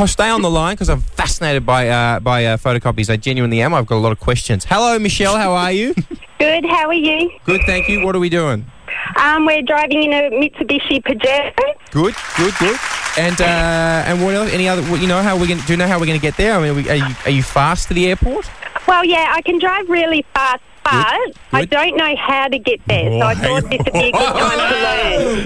B: oh, stay on the line because I'm fascinated by uh, by uh, photocopies. I genuinely am. I've got a lot of questions. Hello, Michelle. How are you?
P: [LAUGHS] Good, how are you?
B: good, thank you. What are we doing?
P: Um, we're driving in a Mitsubishi Pajero.
B: Good, good, good. And uh, and what else? Any other? what- You know how we going do you know how we're gonna get there? I mean, are, we, are you are you fast to the airport?
P: Well, yeah, I can drive really fast, but I don't know how to get there, so I thought this would be a good time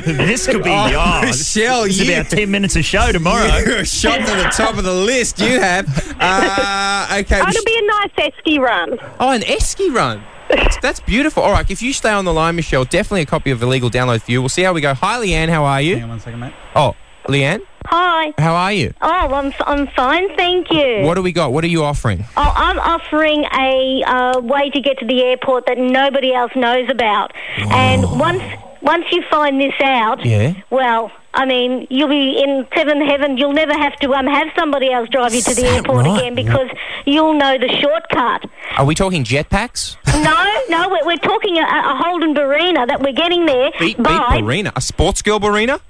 P: to learn.
A: This could be
B: Oh,
A: oh,
B: Michelle,
A: It's
B: you-
A: about ten minutes of show tomorrow.
B: [LAUGHS] You're shot to the top of the list. You have. Uh, okay.
P: Oh, it'll be a nice esky run.
B: Oh, an Esky run. That's, that's beautiful. All right, if you stay on the line, Michelle, definitely a copy of Illegal Download for you. We'll see how we go. Hi, Leanne. How are you? Hang on one second, mate. Oh, Leanne,
Q: Hi.
B: how are you?
Q: Oh, I'm, I'm fine, thank you.
B: What do we got? What are you offering?
Q: Oh, I'm offering a uh, way to get to the airport that nobody else knows about. And once once you find this out,
B: Yeah.
Q: well, I mean, you'll be in seventh heaven. You'll never have to um, have somebody else drive you to the airport
B: right?
Q: again because you'll know the shortcut.
B: Are we talking jetpacks?
Q: no, no, we're, we're talking a, a Holden Barina that we're getting there
B: Beat, beat
Q: by.
B: Barina. A sports girl Barina?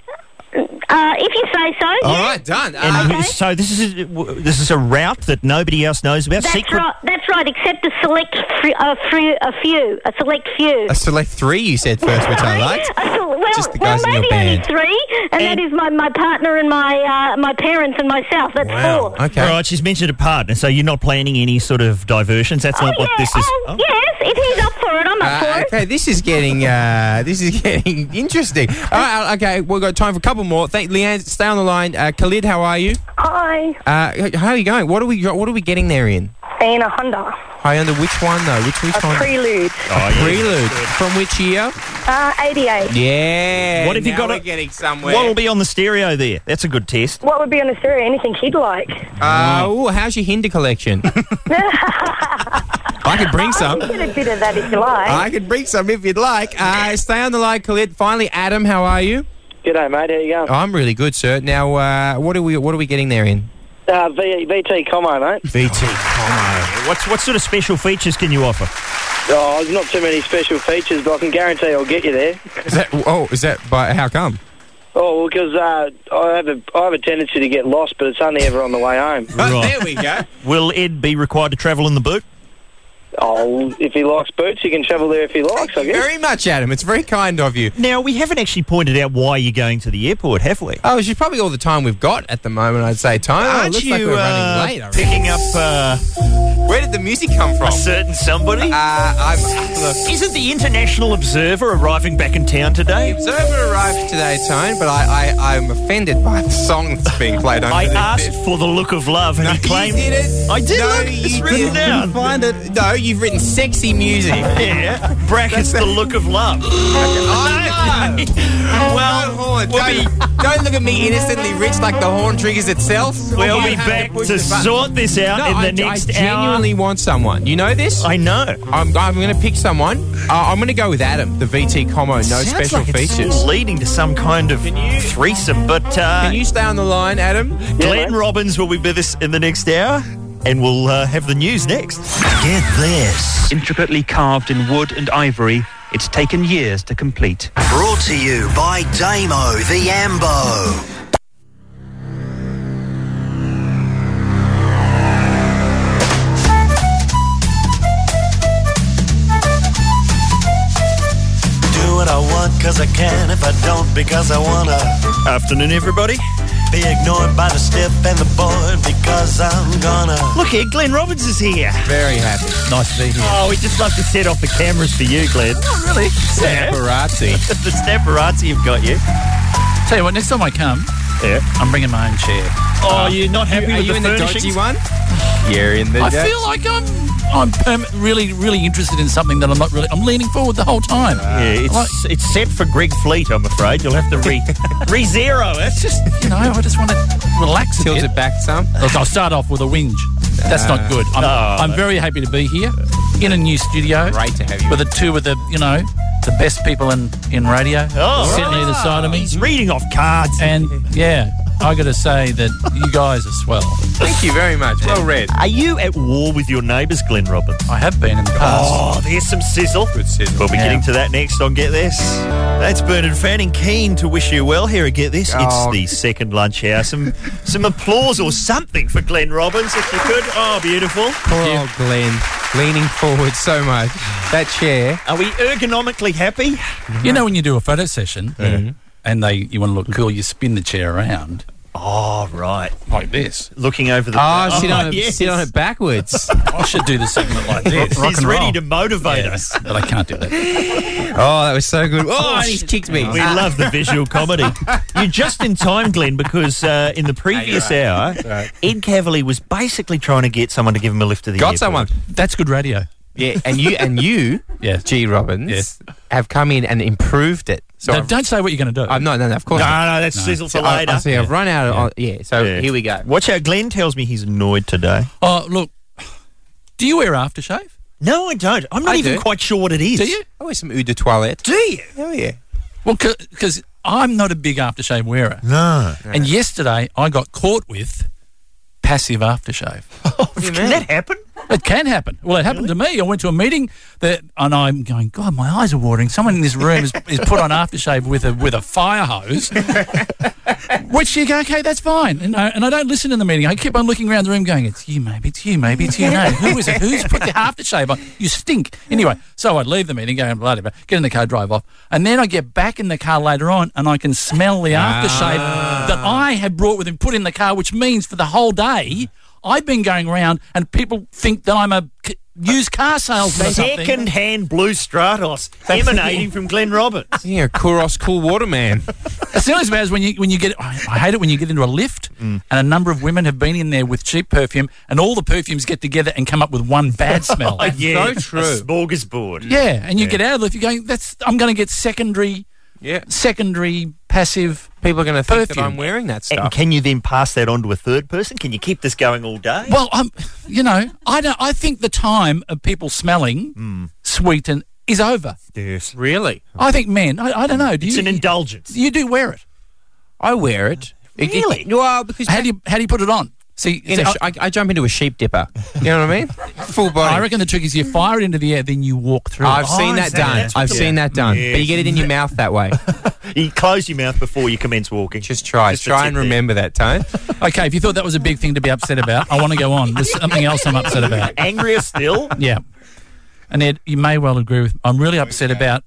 Q: uh, if you say so.
B: All
Q: yeah.
B: right, done. Uh,
A: And who- so this is a, w- this is a route that nobody else knows about.
Q: That's
A: Secret.
Q: right. That's right. Except a select, fr- a, few, a few, a select few.
B: A select three, you said first, which I liked.
Q: [LAUGHS] A sel- well,
B: just the guys
Q: well,
B: in your
Q: maybe
B: band.
Q: only three, and, that is my, my partner and my uh, my parents and myself. That's four.
A: Okay. All right, she's mentioned a partner, so you're not planning any sort of diversions. That's not what this is.
Q: Oh, Yes, if he's up for it, I'm up for
B: Uh,
Q: it.
B: okay, this is getting uh, this is [LAUGHS] getting interesting. All right, uh, okay, we've got time for a couple more. Thank Leanne, stay on the line. Uh, Khalid, how are you?
R: Hi.
B: Uh, how are you going? What are we what are we getting there in?
R: In a Honda.
B: Hi, under which one though? Which which
R: A
B: one?
R: prelude.
B: A prelude from which year?
R: Uh, 88.
B: Yeah.
A: What have you
B: now
A: got
B: We're
A: a-
B: getting somewhere.
A: What'll be on the stereo there? That's a good test.
R: What would be on the stereo? Anything he'd like.
B: Uh, ooh, how's your Hinder [LAUGHS] collection? I could bring some.
R: Get a bit of that if you like.
B: I could bring some if you'd like. Uh, stay on the line, Khalid. Finally, Adam, how are you?
N: G'day, mate. How you going?
B: I'm really good, sir. Now, uh, what are we what are we getting there in?
N: Uh, v- VT Como, mate.
B: VT
A: Como. What's what sort of special features can you offer?
N: Oh, there's not too many special features, but I can guarantee I'll get you there.
B: Is that oh? Is that by how come?
N: Oh, because uh, I have a I have a tendency to get lost, but it's only ever on the way home.
B: Oh, There we
N: [LAUGHS]
B: go.
A: Will Ed be required to travel in the boot?
N: Oh, if he likes boots, he can travel there if he likes. I guess.
B: Very much, Adam. It's very kind of you.
A: Now we haven't actually pointed out why you're going to the airport, have we?
B: Oh, she's probably all the time we've got at the moment. I'd say time. Oh, it
A: Aren't
B: looks
A: you
B: like we're
A: uh,
B: running late. I reckon.
A: picking up? Uh,
B: Where did the music come from?
A: A certain somebody. Uh,
B: I'm,
A: Isn't the International Observer arriving back in town today?
B: Observer arrived today, Tone, but I, I I'm offended by the song that's being played. Over
A: I
B: this
A: asked
B: bit.
A: for the look of love, and
B: No,
A: he claimed
B: you did it.
A: I did.
B: No,
A: look,
B: you
A: it's written
B: didn't.
A: down. [LAUGHS]
B: Find it. No, you've written sexy music.
A: yeah, brackets the look of love.
B: Oh, no.
A: [LAUGHS] well,
B: Horn, don't, don't look at me innocently rich like the horn triggers itself.
A: We'll
B: I'm
A: be
B: having to
A: back
B: push
A: to
B: the button.
A: sort this out
B: No,
A: in
B: I-
A: the next
B: I genuinely want someone. You know this?
A: I know.
B: I'm, I'm going to pick someone. Uh, I'm going to go with Adam, the VT Como, no
A: Sounds
B: special
A: like it's
B: features.
A: leading to some kind of threesome. But uh,
B: Can you stay on the line, Adam?
A: Glenn Robbins will be with us in the next hour, and we'll uh, have the news next.
K: Get this.
M: Intricately carved in wood and ivory, it's taken years to complete.
K: Brought to you by Damo the Ambo.
S: Do what I want because I can, if I don't because I wanna.
A: Afternoon, everybody.
S: Be ignored by the stiff and the bored because I'm gonna.
A: Look here, Glenn Robbins is here.
B: Very happy.
A: Nice to be here. Oh, we just love to set off the cameras for you, Glenn.
T: Oh, really?
A: Yeah.
B: Paparazzi.
A: [LAUGHS] the snapparazzi have got you.
T: Tell you what, next time I come,
A: yeah.
T: I'm bringing my own chair.
A: Oh, you're not happy
T: Are
A: with
T: you
A: the
T: in the dodgy
A: furnishings?
B: one? You're in the.
T: I feel like I'm I'm perma- really really interested in something that I'm not really. I'm leaning forward the whole time.
A: Yeah, it's,
T: Like,
A: it's set for Greg Fleet, I'm afraid. You'll have to re [LAUGHS] re-zero it.
T: It's just you know I just want to relax.
B: Tilt
T: a bit.
B: it back some.
T: Look, I'll start off with a whinge. That's
B: Ah.
T: not good. I'm,
B: Oh,
T: I'm
B: that-
T: very happy to be here in a new studio.
B: Great to have you.
T: With the two of the you know the best people in in radio
A: Oh,
T: sitting either side of me. He's
A: reading off cards.
T: And yeah, I got to say that you guys are swell.
B: Thank you very much. Well read.
A: Are you at war with your neighbours, Glenn Robbins?
T: I have been in the past.
A: Oh, there's some sizzle. Good
B: sizzle.
A: We'll be
T: Yeah.
A: getting to that next on Get This. That's Bernard Fanning keen to wish you well here at Get This.
B: Oh.
A: It's the second lunch hour. Some some applause or something for Glenn Robbins, if you could. Oh, beautiful.
B: Poor old Glenn, leaning forward so much. That chair.
A: Are we ergonomically happy?
T: You know when you do a photo session and they you want to look cool, you spin the chair around
A: Oh, right. Ah,
T: like this.
A: Looking over the.
B: Oh, sit
A: [LAUGHS]
B: on it.
A: yes.
B: Sit on it backwards.
T: I should do the segment [LAUGHS] like this. Rock
A: He's
T: and
A: ready
T: roll.
A: to motivate us.
T: But I can't do that.
B: Oh, that was so good. Oh, and he's kicked me.
A: We love the visual [LAUGHS] comedy. You're just in time, Glenn, because uh, in the previous
B: you're
A: hour, Ed Cavalier was basically trying to get someone to give him a lift to the
B: Got
A: airport.
B: someone.
T: That's good radio.
B: Yeah, and you
T: [LAUGHS]
B: and you,
T: Yeah.
B: G. Robbins, have come in and improved it. So
T: No,
B: I've-
T: don't say what you're going to do.
B: I'm not. No, no, of course.
A: No,
B: not.
A: no, that's sizzle for
B: So I-
A: later.
B: I, see, I've run out of. oh, Yeah. so
A: Yeah.
B: here we go.
A: Watch out. Glenn tells me he's annoyed today.
T: Oh, look. Do you wear aftershave?
A: No, I don't. I'm not
T: I
A: even
T: do.
A: quite sure what it is.
T: Do you?
B: Oh, it's some eau de toilette.
A: Do you?
B: Hell yeah.
T: Well, because I'm not a big aftershave wearer.
A: No.
T: And yesterday I got caught with passive aftershave.
A: Can that happen?
T: It can happen. Well, it happened to me. I went to a meeting that, and I'm going, God, my eyes are watering. Someone in this room is, is put on aftershave with a with a fire hose, which you go, okay, that's fine. And I, and I don't listen in the meeting. I keep on looking around the room, going, it's you, maybe it's you, maybe it's you. No, who is it? Who's put the aftershave on? You stink. Anyway, so I'd leave the meeting, go and blah, blah, blah, get in the car, drive off, and then I get back in the car later on, and I can smell the aftershave that I had brought with him, put in the car, which means for the whole day. I've been going around and people think that I'm a c- used car salesman or something.
A: Second-hand blue Stratos emanating from Glenn Roberts.
B: Yeah, Kuros Cool
T: [LAUGHS]
B: Water Man.
T: It's not as bad as when you when you get. I, I hate it when you get into a lift and a number of women have been in there with cheap perfume, and all the perfumes get together and come up with one bad smell.
A: yeah, A smorgasbord.
T: Yeah, and you get out of the lift, you're going. That's I'm going to get secondary.
B: Yeah.
T: Secondary passive.
B: People are going to
T: perfume.
A: And can you then pass that on to a third person? Can you keep this going all day?
T: Well, um, you know, I don't. I think the time of people smelling sweet and is over.
A: Yes.
B: Really?
T: I think men. I, I don't know. Do
A: It's
T: you,
A: an indulgence.
T: You do wear it.
B: I wear it. It- it-
T: Really?
B: well, because
T: how do you how do you put it on? See,
B: In a sh- oh. I, I jump into a sheep dipper. You know
T: [LAUGHS]
B: what I mean? Full body.
T: I reckon the trick is you fire it into the air, then you walk through.
B: I've
T: it.
B: seen Oh, that done. I've seen that done. But you get it in your mouth that [LAUGHS] way.
A: you close your mouth before you commence walking. Just
B: try. try and remember that, Tone.
T: Okay, if you thought that was a big thing to be upset about, I want to go on. There's something else I'm upset about.
A: Angrier still?
T: [LAUGHS] Yeah. And Ed, you may well agree with. I'm really upset about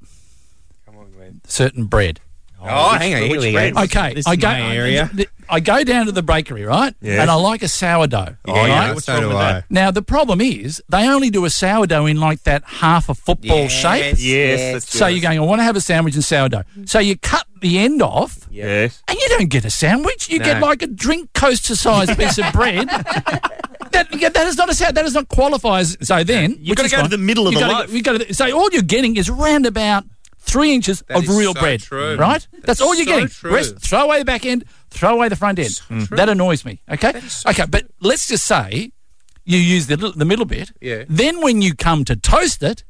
T: certain bread.
B: [LAUGHS] Oh, hang on. Here we go.
T: Okay,
B: This
T: I
B: is
T: go. [LAUGHS]
B: my area.
T: I go down to the bakery, right?
B: Yes.
T: And I like a sourdough.
B: Yeah,
T: right?
B: yeah, What's so wrong do with I. that?
T: Now the problem is they only do a sourdough in like that half a football
B: Yes,
T: shape.
B: yes, that's
T: So
B: yours.
T: you're going, I want to have a sandwich and sourdough. So you cut the end off,
A: Yes.
T: and you don't get a sandwich. You get
A: No.
T: like a drink coaster sized piece of
B: [LAUGHS]
T: bread. That, yeah, that is not a sound. That does not qualify as so. Then
A: You've gotta
T: which is
A: go to
T: fine,
A: the middle of
T: you
A: the
T: gotta,
A: loaf.
T: You got to. So all you're getting is round about three inches
B: That
T: of
B: is
T: real
B: so
T: bread,
B: true.
T: right? That's,
B: That's
T: all you're
B: so
T: getting.
B: true.
T: Rest, throw away the back end, throw away the front end. That annoys me. Okay, okay, but let's just say you use the little- the middle bit.
B: Yeah.
T: Then when you come to toast it,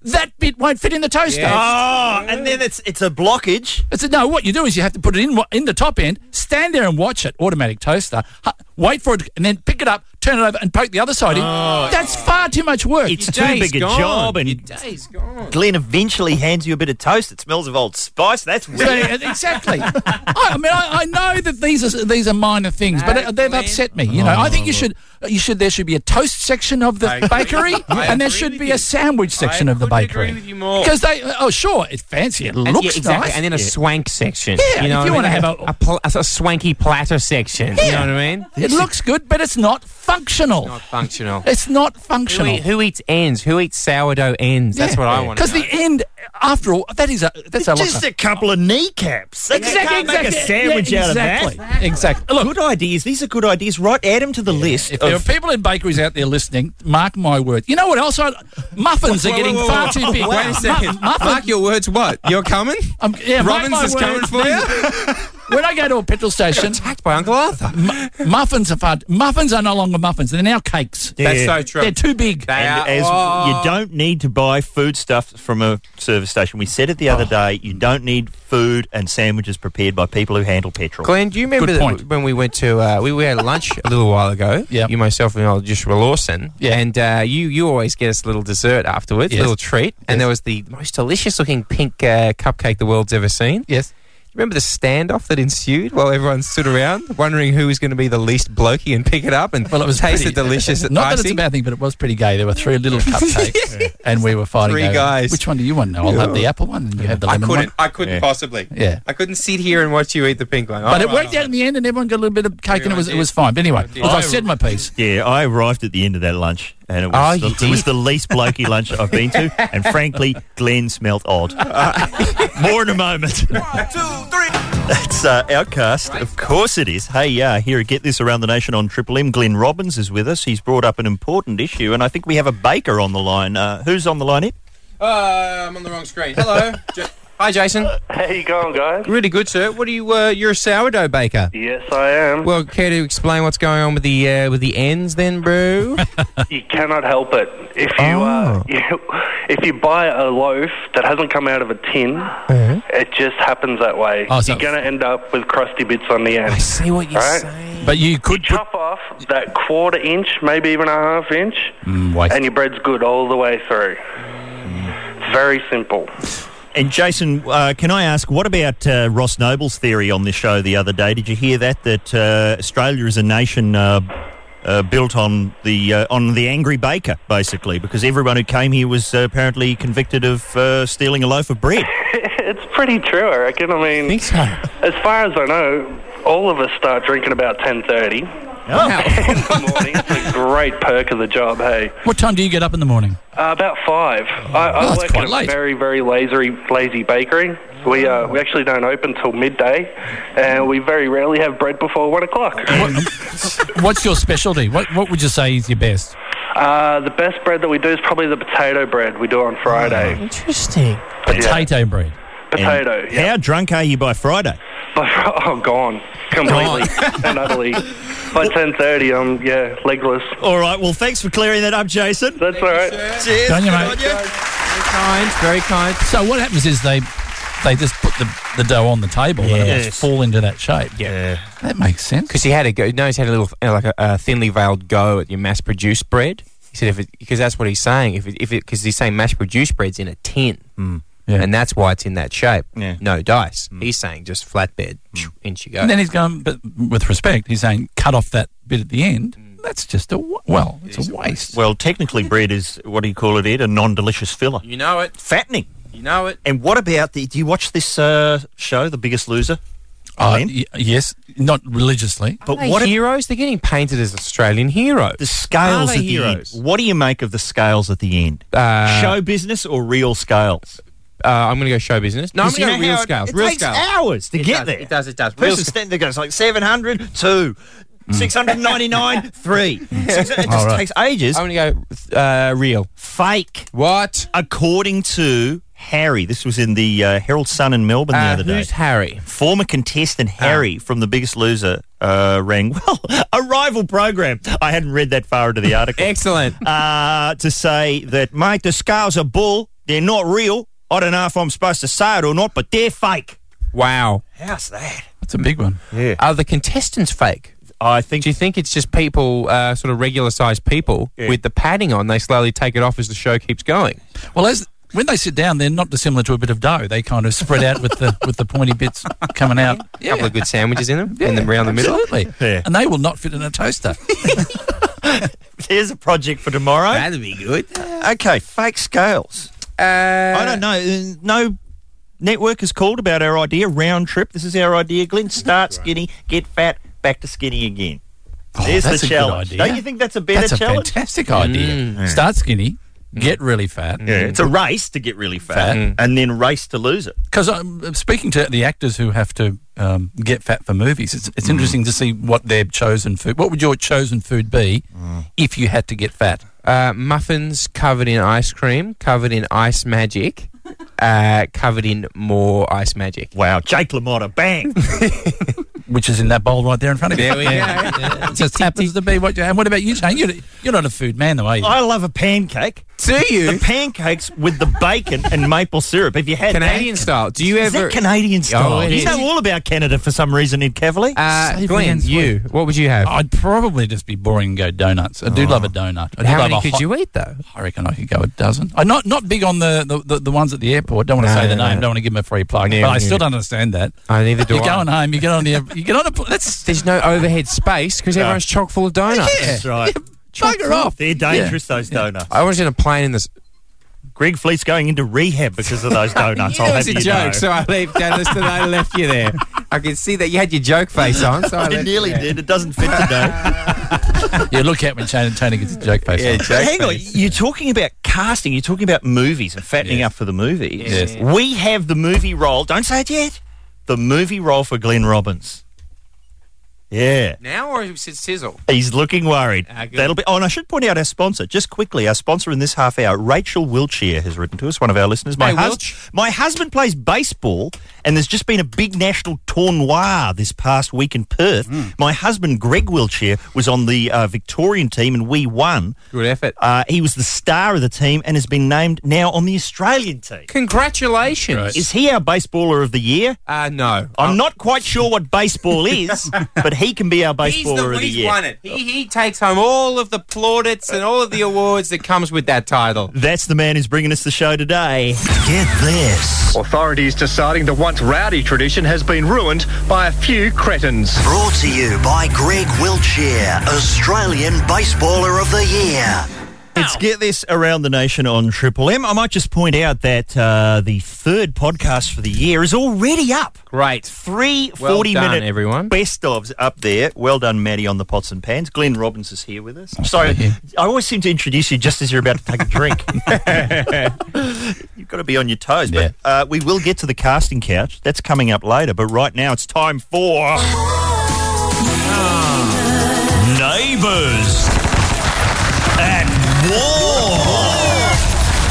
T: that bit won't fit in the toaster.
A: Oh, and then it's it's a blockage.
T: It's a, no. What you do is you have to put it in wa- in the top end, stand there and watch it.
B: [LAUGHS]
T: Automatic toaster. hu- Wait for it, and then pick it up, turn it over, and poke the other side
B: Oh.
T: in. That's far too much work.
A: It's too big a job, and
B: day's gone.
A: Glenn eventually hands you a bit of toast. It smells of old spice. That's
T: So,
A: weird.
T: exactly. I, I mean, I, I know that these are these are minor things, but uh, they've upset me. You know, I think you should you should there should be a toast section of the bakery,
B: Oh. [LAUGHS] I
T: and there
B: agree
T: should
B: with
T: be
B: you.
T: a sandwich section of the bakery. Because they, oh sure, it's fancy. It
B: And,
T: looks
B: yeah, exactly.
T: nice.
B: And then a swank section.
T: Yeah,
B: you know
T: if you
B: want
T: wanna
B: to
T: have
B: a, a, pl- a swanky platter section. You know what I mean?
T: It looks good, but it's not functional.
B: Not functional.
T: It's not
B: Who,
T: functional.
B: eat- who eats ends? Who eats sourdough ends? That's what I want.
T: Because the end, after all, that is a that's a
A: Just a couple of kneecaps. That's
T: Exactly,
A: You can't make a
T: exactly.
A: sandwich
T: Yeah,
A: out of that.
T: exactly, Exactly. Look,
A: good ideas. These are good ideas. Right, add them to the list.
T: If there are people in bakeries out there listening, mark my words. You know what else? I, muffins are
B: Whoa,
T: getting
B: whoa, whoa,
T: far
B: whoa.
T: too big.
B: Wait a
T: Mu-
B: second.
T: muffins.
B: Mark your words. What?
T: [LAUGHS]
B: You're coming?
T: Um, yeah, mark
B: Robbins
T: my
B: is
T: words,
B: coming for you.
T: When I go to a petrol station,
B: attacked by Uncle Arthur.
T: mu- muffins are far. Muffins are no longer muffins. They're now cakes.
B: That's so true.
T: They're too big.
B: They
A: And
B: are-
A: as
B: oh.
A: you don't need to buy foodstuff from a service station. We said it the
T: Oh.
A: other day. You don't need food and sandwiches prepared by people who handle petrol.
B: Glenn, do you remember
T: Good
B: that
T: point.
B: when we went to uh, we, we had lunch a little while ago?
T: Yep.
B: you myself and old Joshua Lawson.
T: Yeah.
B: and uh, you you always get us a little dessert afterwards,
T: Yes.
B: a little treat. And there was the most delicious looking pink uh, cupcake the world's ever seen.
T: Yes.
B: Remember the standoff that ensued while everyone stood around wondering who was going to be the least blokey and pick it up and
T: Well, it was
B: tasted
T: pretty- [LAUGHS]
B: delicious.
T: Not
B: at
T: that it's a
B: icing.
T: bad thing, but it was pretty gay. There were three [LAUGHS] little cupcakes, and we were fighting.
B: Three
T: over,
B: guys.
T: Which one do you want? No, I'll have the
B: Yeah.
T: apple one, and you have the
B: I
T: lemon
B: couldn't.
T: one.
B: I couldn't
A: Yeah.
B: possibly.
T: Yeah.
B: I couldn't sit here and watch you eat the pink one.
T: But it
B: Alright,
T: worked out in the end, and everyone got a little bit of cake, and it was it was fine. But anyway, look, I said my piece.
A: [LAUGHS] Yeah, I arrived at the end of that lunch, and it
B: Oh,
A: was,
B: you
A: the, it was the least blokey lunch I've been to, and frankly, Glenn smelt
B: [LAUGHS]
A: odd. More in a moment. That's uh, Outcast. Of course it is. Hey, yeah, here at Get This Around the Nation on Triple M. Glenn Robbins is with us. He's brought up an important issue, and I think we have a baker on the line. Uh, who's on the line here?
B: Uh, I'm on the wrong screen. [LAUGHS] Hello. Ja- Hi, Jason.
U: How you going, guys?
B: Really good, sir. What are you? Uh, you're a sourdough baker.
U: Yes, I am.
B: Well, care to explain what's going on with the uh, with the ends,
T: [LAUGHS]
B: then, bro?
U: You cannot help it. If you, uh, you
T: Oh.
U: [LAUGHS] if you buy a loaf that hasn't come out of a tin, it just happens that way.
T: Oh, so-
U: You're going to end up with crusty bits on the end.
B: See what you're
U: All right?
B: saying.
T: But you could put,
U: Chop off that quarter inch, maybe even a half inch,
T: wait.
U: and your bread's good all the way through. Very simple. [LAUGHS]
A: And Jason, uh, can I ask, what about uh, Ross Noble's theory on this show the other day? Did you hear that? That uh, Australia is a nation uh, uh, built on the uh, on the angry baker, basically, because everyone who came here was uh, apparently convicted of uh, stealing a loaf of bread.
U: it's pretty true, I reckon. I mean, as far as I know, all of us start drinking about ten thirty. [LAUGHS] in the morning, it's a great perk of the job. Hey,
T: What time do you get up in the morning?
U: uh, about five.
B: Oh,
U: I, I work at a very, very lazy, lazy bakery. We uh, we actually don't open till midday, and we very rarely have bread before one o'clock.
T: What's your specialty? What What would you say is your best?
U: Uh, the best bread that we do is probably the potato bread we do on Friday.
B: Oh.
A: Interesting.
T: Potato bread.
U: Potato. yeah.
A: How drunk are you by Friday?
U: [LAUGHS] oh, gone
B: [LAUGHS]
U: completely and utterly. By ten thirty, I'm yeah legless.
A: All right. Well, thanks for clearing that up, Jason.
U: That's all right.
A: Cheers.
T: Done you, mate.
B: Very kind, very kind.
T: So what happens is they they just put the, the dough on the table and it will
B: Yes.
T: fall into that shape.
A: Yeah.
T: That makes sense.
B: Because he had a go. You notice he had a little, uh, like a, a thinly veiled go at your mass-produced bread. He said, if it because that's what he's saying. If it, if it, because he's saying mass-produced bread's in a tin, and that's why it's in that shape.
A: Mm. Yeah. Mm.
B: No dice. He's saying just flatbed. In she goes.
T: And then he's going, but with respect, he's saying cut off that bit at the end.
A: Mm.
T: That's just a wa- well, it's a waste.
A: Well, technically, bread is what do you call it, Ed? A non-delicious filler.
B: you know it.
A: Fattening.
B: You know it.
A: And what about the? Do you watch this uh, show, The Biggest Loser?
T: Uh, y- yes, not religiously.
A: But
B: Are they
A: what? if-
B: heroes? They're getting painted as Australian heroes.
A: the scales
B: Are
A: at
B: they
A: the
B: heroes?
A: end. What do you make of the scales at the end?
B: Uh,
A: show business or real scales?
B: Uh, I'm going to go show business. No, I'm
A: 'Cause you
B: going to go
A: know
B: real
A: how it-
B: scales.
A: It
B: real
A: takes
B: scales.
A: hours to
B: It
A: get
B: does,
A: there.
B: It does. It does. Real
A: Person standing there goes like 700, 2,
B: [LAUGHS]
A: 699, 3. Six- it just
B: Mm. All right.
A: takes ages.
B: I'm going to go uh, real.
A: Fake.
B: What?
A: According to Harry, this was in the uh, Herald Sun in Melbourne
B: Uh,
A: the other day. [LAUGHS]
B: who's Uh. Harry?
A: Former contestant Harry from The Biggest Loser uh, rang, [LAUGHS] well, a rival program. I hadn't read that far into the article.
B: Excellent.
A: uh, to say that, mate, the scales are bull. They're not real. I don't know if I'm supposed to say it or not, but they're fake.
B: Wow.
A: How's that?
T: That's a big one.
A: Yeah.
B: Are the contestants fake?
A: I think.
B: Do you think it's just people, uh, sort of regular sized people
A: Yeah.
B: with the padding on? They slowly take it off as the show keeps going.
T: Well, as when they sit down, they're not dissimilar to a bit of dough. They kind of spread out with
A: [LAUGHS]
T: the with the pointy bits coming out.
B: A couple of good sandwiches in them, and then round the middle.
T: Absolutely.
A: Yeah.
T: And they will not fit in a
A: [LAUGHS]
T: toaster.
A: Here's a project for tomorrow.
B: That'd be good.
A: Okay, fake scales.
B: Uh,
A: I don't know. Uh, No network has called about our idea. Round trip. This is our idea, Glenn. Start skinny, get fat, back to skinny again.
T: Oh,
A: There's
T: that's
A: the
T: a good
A: challenge.
T: idea.
A: Don't you think that's a better
T: That's a
A: challenge? Mm.
T: fantastic idea. Start skinny, get really fat.
A: Yeah, it's a race to get really fat,
T: Fat.
A: and then race to lose it.
T: Because I'm um, speaking to the actors who have to um, get fat for movies, it's,
B: Mm.
T: it's interesting to see what their chosen food. What would your chosen food be
B: Mm.
T: if you had to get fat?
B: Uh, muffins covered in ice cream, covered in ice magic, uh, covered in more ice magic.
A: Wow, Jake LaMotta, [LAUGHS] bang!
T: Which is in that bowl right there in front of you.
B: There we
T: [LAUGHS]
B: go.
T: It just happens to be what you. And what about you, Shane? You're, you're not a food man, though, are you?
A: I love a pancake.
B: Do
A: The
B: you?
A: pancakes with the bacon and maple syrup. Have you had
B: Canadian style. Do you
A: That? Is
B: ever.
A: that Canadian style?
B: it
A: you
B: is.
A: know all about Canada for some reason in Cavalier.
B: uh,
T: Savoury
B: Glenn,
T: and sweet.
B: you. What would you have?
T: I'd probably just be boring and go donuts. I do love a donut. I do
B: Oh. How
T: love
B: many
T: a
B: could
T: hot-
B: you eat, though?
T: I reckon I could go a dozen. I'm not not big on the, the, the, the ones at the airport. Don't want to
B: No,
T: say the
B: no,
T: name.
B: no.
T: Don't want to give them a free plug.
B: Yeah,
T: but I
B: yeah.
T: still don't understand that.
B: I neither do
T: You're
B: I.
T: going home. You get
B: [LAUGHS]
T: on the air- you get on a pl- that's
B: There's no overhead space because everyone's chock full of donuts.
A: That's right.
T: bugger off.
A: They're dangerous, those donuts.
B: I was in a plane in this.
A: Greg Fleet's going into rehab because of those donuts.
B: It
A: I'll
B: was
A: have
B: a
A: you
B: joke,
A: know.
B: so I left. Dennis, and I left you there. I can see that you had your joke face on, so I,
A: I
B: left
A: nearly
B: you there.
A: did. It doesn't fit today.
T: Yeah, look out when Shane Tony gets a joke face.
B: Yeah,
T: on.
B: joke
A: Hang on.
B: face.
A: You're talking about casting. You're talking about movies and fattening up for the movies.
T: Yes.
A: We have the movie role. Don't say it yet. The movie role for Glenn Robbins. Yeah.
B: Now or is it sizzle?
A: He's looking worried.
B: Ah, good.
A: That'll be. Oh, and I should point out our sponsor just quickly. Our sponsor in this half hour, Rachel Wiltshire, has written to us. One of our listeners. My,
B: Hey,
A: hus-
B: Wilch.
A: my husband plays baseball, and there's just been a big national tournoi this past week in Perth.
B: Hmm.
A: My husband Greg Wiltshire was on the uh, Victorian team, and we won.
B: Good effort.
A: Uh, he was the star of the team, and has been named now on the Australian team.
B: Congratulations.
A: Is he our baseballer of the year?
B: Uh, no. [LAUGHS]
A: I'm not quite sure what baseball is, but he can be our base
B: He's
A: bowler
B: the,
A: of the
B: he's
A: year.
B: won it. He, he takes home all of the plaudits and all of the awards that comes with that title.
A: That's the man who's bringing us the show today.
K: Get this.
C: Authorities deciding the once rowdy tradition has been ruined by a few cretins.
K: Brought to you by Greg Wiltshire, Australian Baseballer of the Year.
A: It's Get This Around the Nation on Triple M. I might just point out that uh, the third podcast for the year is already up.
B: Great.
A: Three
B: Well
A: 40
B: done,
A: minute
B: everyone.
A: best ofs up there. Well done, Maddie, on the pots and pans. Glenn Robbins is here with us. Sorry, I always seem to introduce you just as you're about to take a
B: [LAUGHS]
A: drink. You've got to be on your toes. But uh, we will get to the casting couch. That's coming up later. But right now, it's time for. Neighbours and War.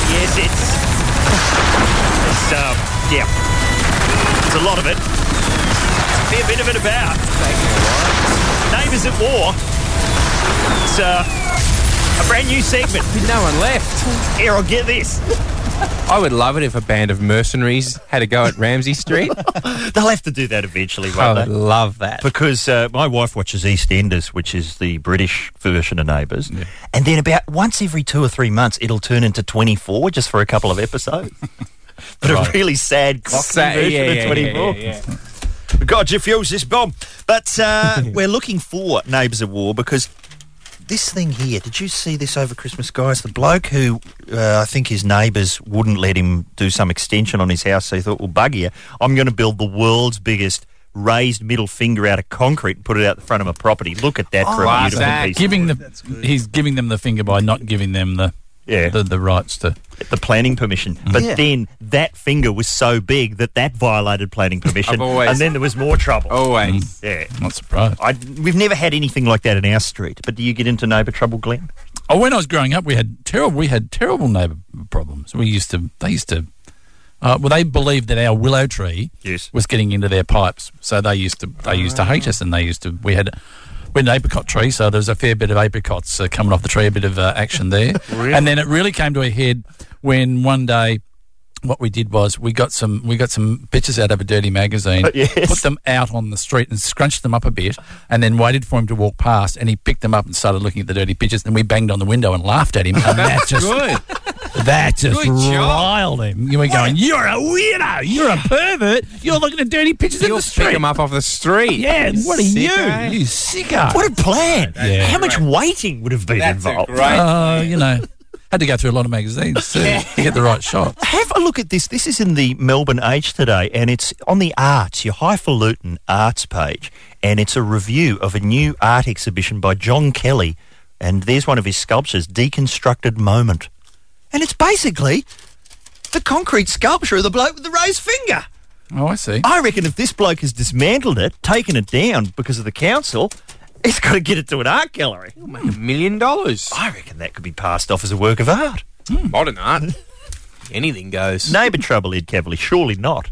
A: Yes, it's. It's, um, yeah. It's a lot of it. It's a fair bit of it about. Neighbours at War. It's uh, a brand new segment.
B: no one left.
A: Here, I'll get this.
B: I would love it if a band of mercenaries had a go at Ramsey Street.
A: They'll have to do that eventually,
B: I
A: won't
B: would
A: they?
B: [LAUGHS] love that.
A: Because uh, my wife watches EastEnders, which is the British version of Neighbours, and then about once every two or three months, it'll turn into Twenty Four just for a couple of episodes. [LAUGHS] but a
V: Right.
A: really sad, cockney
V: Sad-
A: version
V: yeah,
A: of
V: yeah,
A: Twenty Four.
V: yeah, yeah,
A: God, you fuse this bomb. But uh, we're looking for Neighbours at War because this thing here. Did you see this over Christmas, guys? The bloke who uh, I think his neighbours wouldn't let him do some extension on his house, so he thought, "Well, bug you, I'm going to build the world's biggest." Raised middle finger out of concrete and put it out the front of my property. Look at that for a beautiful piece. of
T: Giving them, he's giving them the finger by not giving them the
A: yeah.
T: the, the rights to
A: the planning permission. But
T: Yeah.
A: then that finger was so big that that violated planning permission,
B: I've always- Oh.
A: and then there was more trouble.
B: Always,
A: yeah.
T: Not surprised.
A: I, we've never had anything like that in our street. But do you get into neighbour trouble, Glenn?
T: Oh, when I was growing up, we had terrible we had terrible neighbour problems. We used to they used to uh, well they believed that our willow tree
A: yes.
T: was getting into their pipes, so they used to they used to hate us, and they used to we had we had an apricot tree, so there was a fair bit of apricots uh, coming off the tree, a bit of uh, action there,
M: Really?
T: and then it really came to a head when one day. What we did was we got some we got some pictures out of a dirty
B: [LAUGHS]
T: magazine,
B: Oh,
T: put them out on the street and scrunched them up a bit, and then waited for him to walk past. And he picked them up and started looking at the dirty pictures. And we banged on the window and laughed at him. And
B: [LAUGHS]
T: that just that just
M: Good job.
T: riled him. You were going, "You're a weirdo. You're a pervert. You're looking at dirty pictures in the street.
B: Pick 'em up off the street.
T: Yeah,
B: You eh?
T: what are you?
B: sicko.
T: You sicko.
A: What a plan!
T: Yeah.
A: How much waiting would have been
T: That's a
A: involved?
T: great- Uh, you know, had to go through a lot of magazines too, to get the right shot.
A: Have a look at this. This is in the Melbourne Age today, and it's on the arts, your highfalutin arts page, and it's a review of a new art exhibition by John Kelly. And there's one of his sculptures, Deconstructed Moment. And it's basically the concrete sculpture of the bloke with the raised finger.
T: Oh, I see.
A: I reckon if this bloke has dismantled it, taken it down because of the council, he's got to get it to an art gallery. He'll
B: make a million dollars.
A: I reckon that could be passed off as a work of art.
B: Modern art. [LAUGHS] Anything goes.
A: Neighbour trouble, Ed Cavalier. Surely not.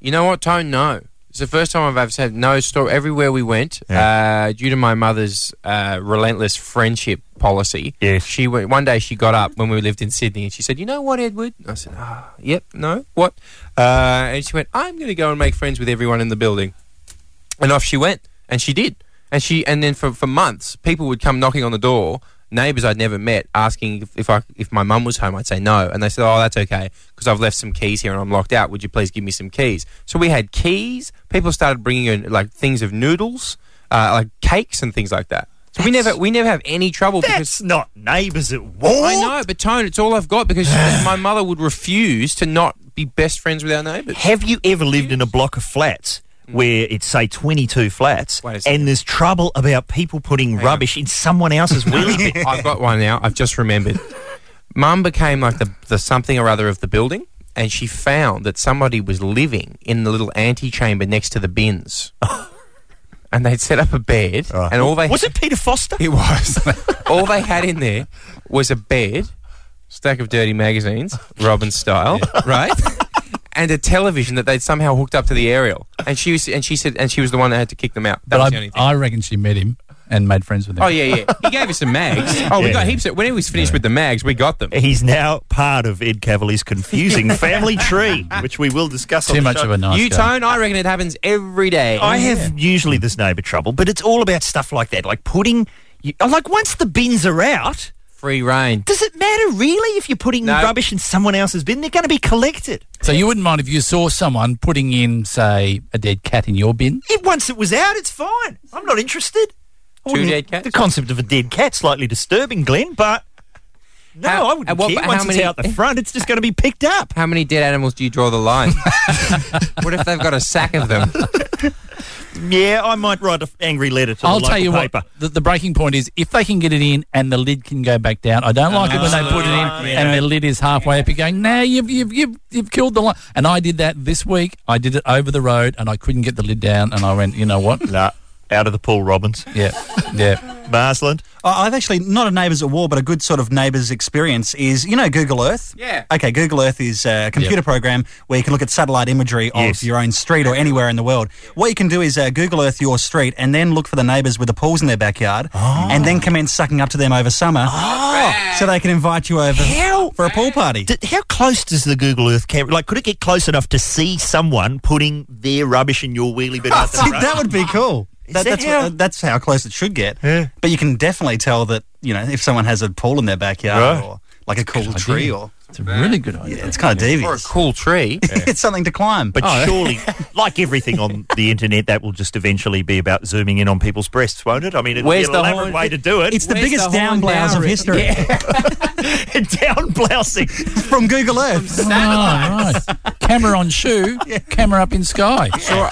B: You know what, Tone? No. It's the first time I've ever said no story. Everywhere we went, uh, due to my mother's uh, relentless friendship policy, yes. she went, one day she got up when we lived in Sydney and she said, You know what, Edward? I said, Ah, yep, no, what? Uh, and she went, I'm going to go and make friends with everyone in the building. And off she went. And she did. And she and then for, for months, people would come knocking on the door, neighbours I'd never met, asking if, if I if my mum was home. I'd say no, and they said, "Oh, that's okay, because I've left some keys here and I'm locked out. Would you please give me some keys?" So we had keys. People started bringing in like things of noodles, uh, like cakes and things like that. So we never we never have any trouble. because
A: not neighbours at war.
B: I know, but Tone, it's all I've
A: [SIGHS]
B: got because my mother would refuse to not be best friends with our neighbours.
A: Have you ever lived in a block of flats where it's say 22 flats and there's trouble about people putting rubbish in someone else's wheelie
B: [LAUGHS]
A: bin?
B: I've got one now. I've just remembered. Mum became like the, the something or other of the building, and she found that somebody was living in the little antechamber next to
A: [LAUGHS]
B: the bins. and they'd set up a bed, and all they
A: was it Peter Foster?
B: [LAUGHS] It was. all they had in there was a bed, stack of dirty magazines, Robin [LAUGHS] style, right? And a television that they'd somehow hooked up to the aerial, and she was, and she said, and she was the one that had to kick them out. That was
T: But
B: the
T: I,
B: only thing.
T: I reckon she met him. and made friends with him.
B: Oh yeah, yeah. He gave us some mags. [LAUGHS] Oh, we
T: Yeah.
B: got heaps. Of, when he was finished with the mags, we got them.
A: He's now part of Ed Cavalier's confusing family tree, which we will discuss. on
T: Too
A: the
T: much
A: show.
T: of a nice
B: You tone. I reckon it happens every day.
T: Oh,
A: I have usually this neighbour trouble, but it's all about stuff like that, like putting. you- Like once the bins are out,
B: free reign.
A: Does it matter really if you're putting
T: No.
A: rubbish in someone else's bin? They're going to be collected.
T: So you wouldn't mind if you saw someone putting in, say, a dead cat in your bin?
A: It, once it was out, it's fine. I'm not interested. I
T: Two
A: wouldn't-
T: dead cats?
A: The concept of a dead cat slightly disturbing, Glenn, but no, I wouldn't
B: what-
A: care.
B: how
A: Once
B: many-
A: it's out the front, it's just going to be picked up.
B: How many dead animals do you draw the [LAUGHS] line? what if they've got a sack of them?
A: Yeah, I might write an angry letter to
T: I'll
A: the
T: tell
A: local
T: you
A: paper.
T: what. The, the breaking point is if they can get it in and the lid can go back down. I don't like it when they put it in and the lid is halfway up. You're going, now you've, you've you've you've killed the line. And I did that this week. I did it over the road and I couldn't get the lid down. And I went, you know what? [LAUGHS]
A: nah, out of the pool, Robbins.
T: Yeah, yeah.
A: Marsland.
J: I- I've actually not a neighbours at war, but a good sort of neighbours experience is you know Google Earth.
B: Yeah.
J: Okay, Google Earth is a computer program where you can look at satellite imagery of
A: Yes.
J: your own street or anywhere in the world. What you can do is uh, Google Earth your street and then look for the neighbours with the pools in their backyard, and then commence sucking up to them over summer, so they can invite you over
A: How-
J: for a pool party.
A: D- how close does the Google Earth camera? Like, could it get close enough to see someone putting their rubbish in your wheelie bin?
F: [LAUGHS]
A: out the
J: [LAUGHS] See,
A: front?
J: that would be cool.
A: Is
J: That-
A: that
J: that's,
A: how-
J: what- that's how close it should get. But you can definitely tell that you know if someone has a pool in their backyard
T: Right.
J: or like a cool tree or
T: It's a really good idea.
J: Yeah, it's kind of
B: Or a
J: devious.
B: cool tree.
J: it's something to climb.
A: But surely, like everything on the internet, that will just eventually be about zooming in on people's breasts, won't it? I mean, it's
B: Where's
A: an
B: the
A: elaborate
B: horn?
A: way to do it.
J: It's the Where's biggest the horn downblouse now, of Rick? history.
A: [LAUGHS] down blousing.
J: [LAUGHS] from Google Earth.
T: Oh, right. Camera on
J: [LAUGHS]
T: shoe, camera up in sky.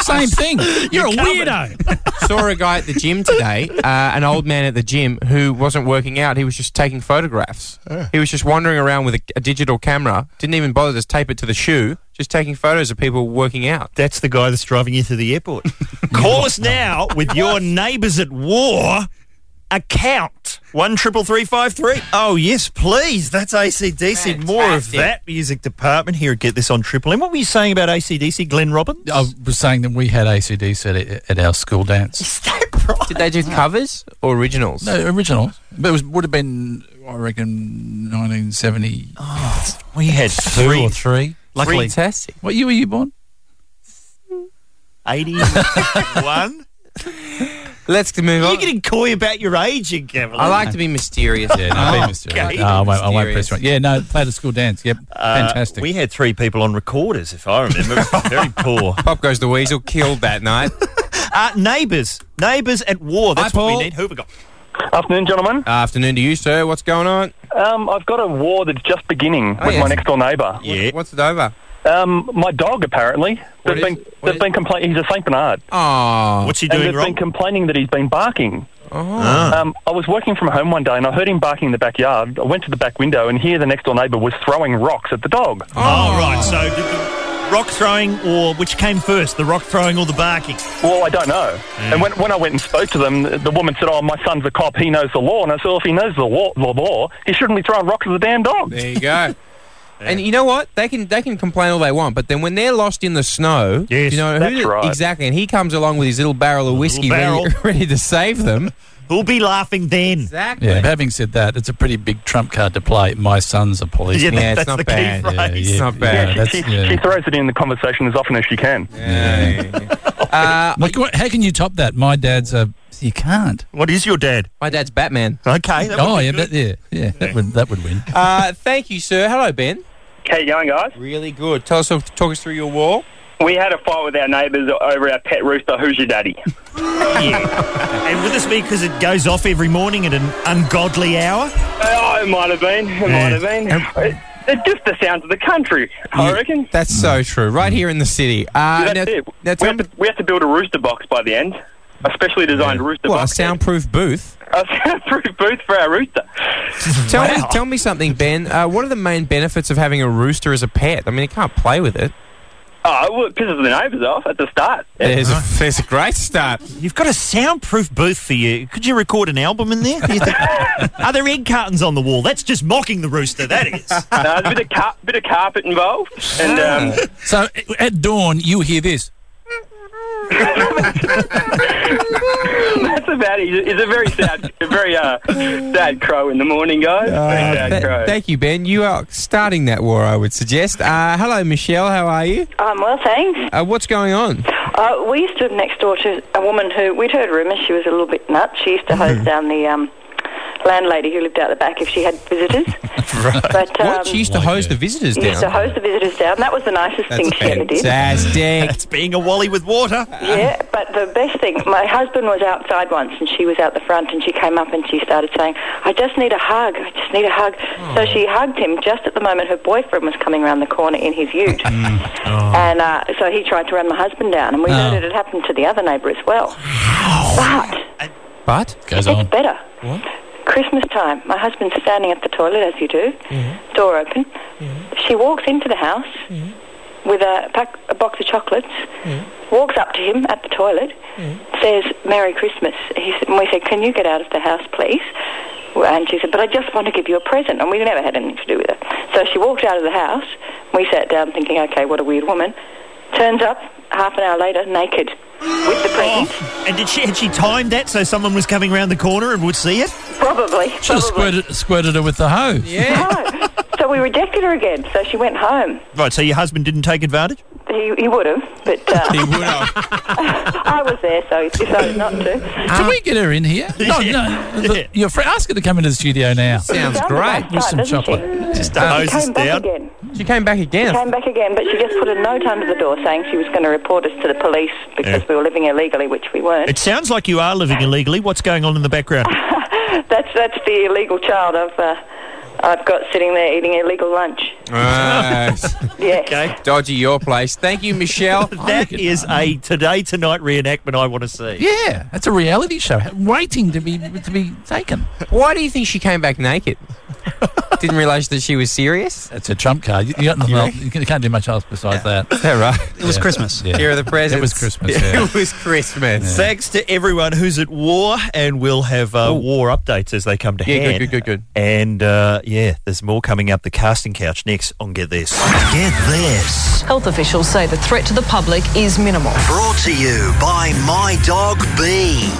T: Same thing. You're, a weirdo.
B: Saw a guy at the gym today, uh, an old man at the gym who wasn't working out. He was just taking photographs. He was just wandering around with a, a digital camera. Didn't even bother to tape it to the shoe. Just taking photos of people working out.
A: That's the guy that's driving you to the airport. Call us now with your neighbours at war account. One triple three five three. Oh yes, please. That's ACDC. More of
T: Fantastic.
A: that music department here. at Get this on Triple M. What were you saying about ACDC, Glenn Robbins?
T: I was saying that we had ACDC at, at our school dance.
B: Did they do covers or originals?
T: No, original. But it was, would have been, I reckon, 1970.
A: We had
T: Two
A: three
T: or three.
J: Luckily,
B: Fantastic.
T: What year were you born?
A: eighty one.
B: Let's move
A: You're
B: on.
A: getting coy about your aging, Kevin.
B: I like to be mysterious.
T: Yeah, no,
A: Oh,
T: be mysterious.
A: okay.
T: No, I won't, I won't
B: Mysterious.
T: press you on. Yeah, no, played a school dance. Yep, fantastic.
A: We had three people on recorders, if I remember. Very poor.
B: Pop goes the weasel. Killed
T: [LAUGHS]
B: that night.
A: Uh, neighbours. Neighbours at war. That's
B: Hi,
A: what
B: Paul.
A: we need. Who have we got?
D: Afternoon, gentlemen.
B: Afternoon to you, sir. What's going on?
D: Um, I've got a war that's just beginning
B: Oh,
D: with
B: yes.
D: my next door neighbour.
A: Yeah.
B: What's it over?
D: Um, my dog, apparently,
B: What
D: they've
B: is-
D: been,
B: what
D: they've
B: is-
D: been complaining. He's a Saint Bernard.
B: Oh,
A: What's he
D: and
A: doing
D: they've
A: wrong? Ah.
D: been complaining that he's been barking.
B: oh.
D: Um, I was working from home one day and I heard him barking in the backyard. I went to the back window and here the next door neighbour was throwing rocks at the dog.
A: Oh, right. So, did the rock throwing or which came first, the rock throwing or the barking?
D: Well, I don't know. And when, when I went and spoke to them, the woman said, Oh, my son's a cop. He knows the law. And I said, Well, if he knows the law, the law he shouldn't be throwing rocks at the damn dog. [LAUGHS]
B: There you go. And you know what? They can they can complain all they want, but then when they're lost in the snow,
A: Yes,
B: you know
D: that's
B: the-
D: right.
B: exactly. And he comes along with his little barrel of whiskey
A: barrel.
B: ready, [LAUGHS] ready to
D: [LAUGHS]
B: save them.
A: Who'll be laughing then?
B: Exactly.
T: yeah, but having said that, it's a pretty big trump card to play. My son's a
A: Yeah,
T: policeman.
A: that-
B: Yeah, it's
A: that's
B: not
A: the
B: bad.
A: key
T: Yeah,
A: phrase.
T: yeah,
B: not
T: yeah,
B: bad.
T: that's-
D: she,
T: yeah.
D: she throws it in the conversation as often as she can.
B: [LAUGHS] Uh,
T: Like, what- how can you top that? My dad's a. You can't.
A: What is your dad?
B: my dad's Batman.
A: Okay. that
T: Oh
A: would be
T: yeah,
A: good.
T: that, yeah, yeah. That would that would win.
B: Uh, thank you, sir. Hello, Ben.
D: How you going, guys?
B: Really good. Tell us, talk us through your wall.
D: We had a fight with our neighbours over our pet rooster, Who's Your [LAUGHS] Daddy?
A: yeah. And would this be because it goes off every morning at an ungodly hour?
D: Oh, it might have been. It might have been. It, it's just the sounds of the country, I
B: Yeah,
D: reckon.
B: That's so true. Right here in the city. Uh,
D: Mm. That's
B: now-
D: it.
B: now
D: we,
B: tell
D: have
B: me-
D: to, we have to build a rooster box by the end. A specially designed rooster
B: well, a
D: box.
B: soundproof booth.
D: [LAUGHS] A soundproof booth for our
B: [LAUGHS]
D: rooster.
B: Tell me, tell me something, Ben. Uh, what are the main benefits of having a rooster as a pet? I mean, you can't play with it.
D: Oh, well, it pisses the neighbours off at the start.
B: There's a, there's a great start.
A: You've got a soundproof booth for you. Could you record an album in there? Are there egg cartons on the wall? That's just mocking the rooster, that is.
D: No, Uh, there's a bit of, car- [LAUGHS] bit of carpet involved. And um,
T: So at dawn, you hear this.
N: That's about it. It's a very sad, a very uh, sad crow in the morning, guys. very sad
B: Uh, Th-
N: crow.
B: thank you, Ben. You are starting that war, I would suggest. Uh, hello, Michelle. How are you?
G: Um, well, thanks.
B: Uh, what's going on?
G: Uh, we stood next door to a woman who we'd heard rumours she was a little bit nuts. She used to
B: Mm-hmm.
G: hose down the um, landlady who lived out the back if she had
B: [LAUGHS]
G: visitors. But, um,
B: what? She used to hose the visitors
G: She used to
B: down.
G: hose the visitors down. That was the nicest
B: That's
G: thing she ever did.
B: fantastic.
A: [LAUGHS]
B: That's
A: being a wally with water.
B: [LAUGHS]
G: Yeah, but the best thing, my husband was outside once and she was out the front and she came up and she started saying, I just need a hug, I just need a hug.
B: Oh.
G: So she hugged him just at the moment her boyfriend was coming around the corner in his ute. And uh, so he tried to run my husband down and we
B: Mm, Oh.
G: know that it happened to the other neighbour as well.
B: But goes
G: It's better. Christmas time, my husband's standing at the toilet as you do,
B: Mm-hmm.
G: door open. She walks into the house
B: Mm-hmm.
G: with a, pack, a box of chocolates, walks up to him at the toilet, says, Merry Christmas. He said, and we said, Can you get out of the house, please? Well, And she said, But I just want to give you a present. And we never had anything to do with her. So she walked out of the house. We sat down thinking, Okay, what a weird woman. Turns up half an hour later, naked, with the present.
A: And did she had she timed that so someone was coming round the corner and would see it?
G: Probably.
T: Should have squirted, squirted her with the hose.
G: No. So we rejected her again. So she went home.
A: Right, so your husband didn't take advantage?
G: He, he would have, but uh, [LAUGHS] he would have. I was there, so he decided not to.
B: Ah.
T: Can we get her in
B: [LAUGHS]
T: here? No, no. the- Your friend, ask her to come into the studio now.
G: Sounds Sounds great. about
T: With some
G: right, doesn't
T: chocolate.
A: Just
G: she Um, came back again.
B: She came back
G: She
B: again.
G: came back again, but she just put a note under the door saying she was going to report us to the police because we were living illegally, which we weren't.
A: It sounds like you are living illegally. What's going on in the background?
G: [LAUGHS] that's that's the illegal child I've uh, I've got sitting there eating illegal lunch. Yeah.
B: okay. Dodgy your place. Thank you, Michelle.
A: [LAUGHS] that is a today tonight reenactment I want to see.
T: Yeah, that's a reality show waiting to be to be taken.
B: Why do you think she came back naked? Didn't realise that she was serious.
T: That's a trump card. You, you got nothing else. You can- can't do much else besides that.
B: Is that right?
J: It was Christmas.
B: Here are the
T: [LAUGHS]
B: presents.
T: It was Christmas.
B: Yeah,
T: yeah.
B: [LAUGHS] it was Christmas.
A: Thanks to everyone who's at war, and we'll have uh, war updates as they come to
B: Yeah, good,
A: hand.
B: good, good, good.
A: And uh, yeah, there's more coming up. The casting couch next on Get This.
K: Get this.
V: Health officials say the threat to the public is minimal.
K: Brought to you by My Dog B.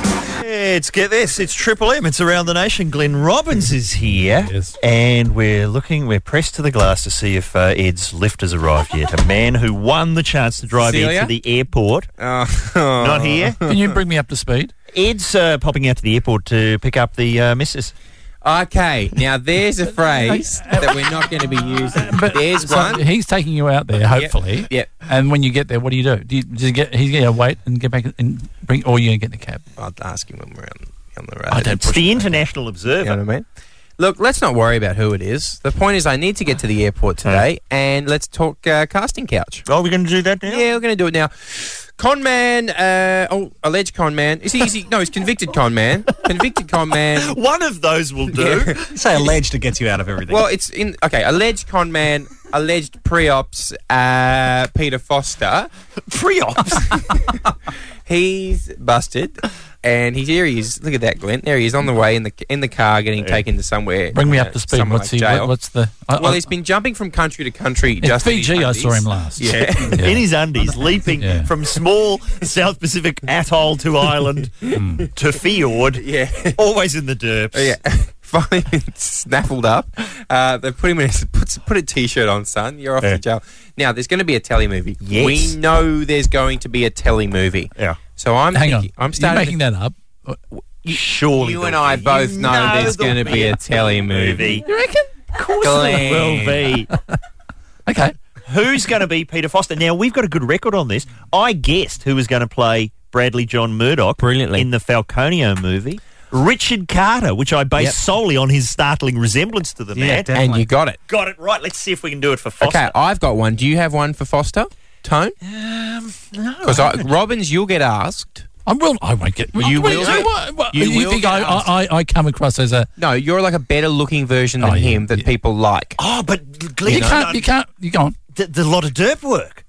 A: It's get this. It's Triple M. It's around the nation. Glenn Robbins is here, and we're looking. We're pressed to the glass to see if uh, Ed's lift has arrived yet. A man who won the chance to drive Ed
T: Celia?
A: to the airport.
B: Oh,
A: Not here.
T: Can you bring me up to speed?
A: Ed's uh, popping out to the airport to pick up the uh, missus.
B: [LAUGHS] Okay, now there's a phrase that we're not going to be using. there's
T: So
B: one.
T: he's taking you out there, hopefully. Yep. And when you get there, what do you do? Do you, do you get? He's going to wait and get back and bring, or you get in the cab.
B: I'll ask him when we're on, on the road.
T: I don't
A: It's the International Observer.
B: You know what I mean? Look, let's not worry about who it is. The point is, I need to get to the airport today, and let's talk uh, casting couch.
A: Oh, we're going to do that now.
B: Yeah, we're going to do it now. Con man, uh, oh, alleged con man. Is he? Is he no, he's convicted
T: [LAUGHS]
B: con man. Convicted con man.
A: One of those will do.
J: Say alleged it gets you out of everything.
B: Well, it's in okay. Alleged con man, alleged pre-ops, uh, Peter Foster.
A: Pre-ops.
B: [LAUGHS] he's busted, and he's here. He is. Look at that, Glenn. There he is on the way in the in the car, getting taken to somewhere.
T: Bring me
B: uh,
T: up to speed.
B: somewhere
T: What's
B: like
T: he? what-
B: jail.
T: what's the? I-
B: well,
T: I-
B: he's been jumping from country to country.
T: In
B: just in his
T: Fiji, I saw
B: undies.
T: him last. [LAUGHS]
B: Yeah.
A: [LAUGHS]
B: [LAUGHS]
A: in his undies, leaping from small South Pacific atoll to island to fjord.
B: Yeah,
A: always in the derps.
B: Oh, Yeah. [LAUGHS] Finally been snaffled up. Uh, they put him in. A, [LAUGHS] put, put a t-shirt on, son. You're off to jail. Now there's going to be a telly movie.
A: Yes.
B: We know there's going going to be a telly movie.
A: Yeah.
B: So I'm
T: Hang
B: thinking,
T: on.
B: I'm starting
T: You're making that up.
A: Surely
B: You and I both know, there's
A: there'll
B: going to be a telly movie.
T: You reckon?
A: Of course
B: Glenn.
A: there will be.
T: okay.
A: [LAUGHS] Who's going to be Peter Foster? Now, we've got a good record on this. I guessed who was going to play Bradley John Murdoch Brilliantly. in the Falconio movie. Richard Carter, which I based
B: Yep.
A: solely on his startling resemblance to the man.
B: and you got it.
A: Got it right. Let's see if we can do it for Foster.
B: Okay, I've got one. Do you have one for Foster? Tone? Um, Because Robbins, you'll get asked.
T: I will. I won't get.
B: You
T: Wait,
B: will.
T: so
B: get-
T: what- what- you
B: will
T: think
B: get
T: I- I-
B: asked.
T: I, I come across as a
B: no? You're like a better looking version than him that people like.
A: Oh, but Glenn,
T: You can't- you can't. You go on.
A: There's a lot of derp work.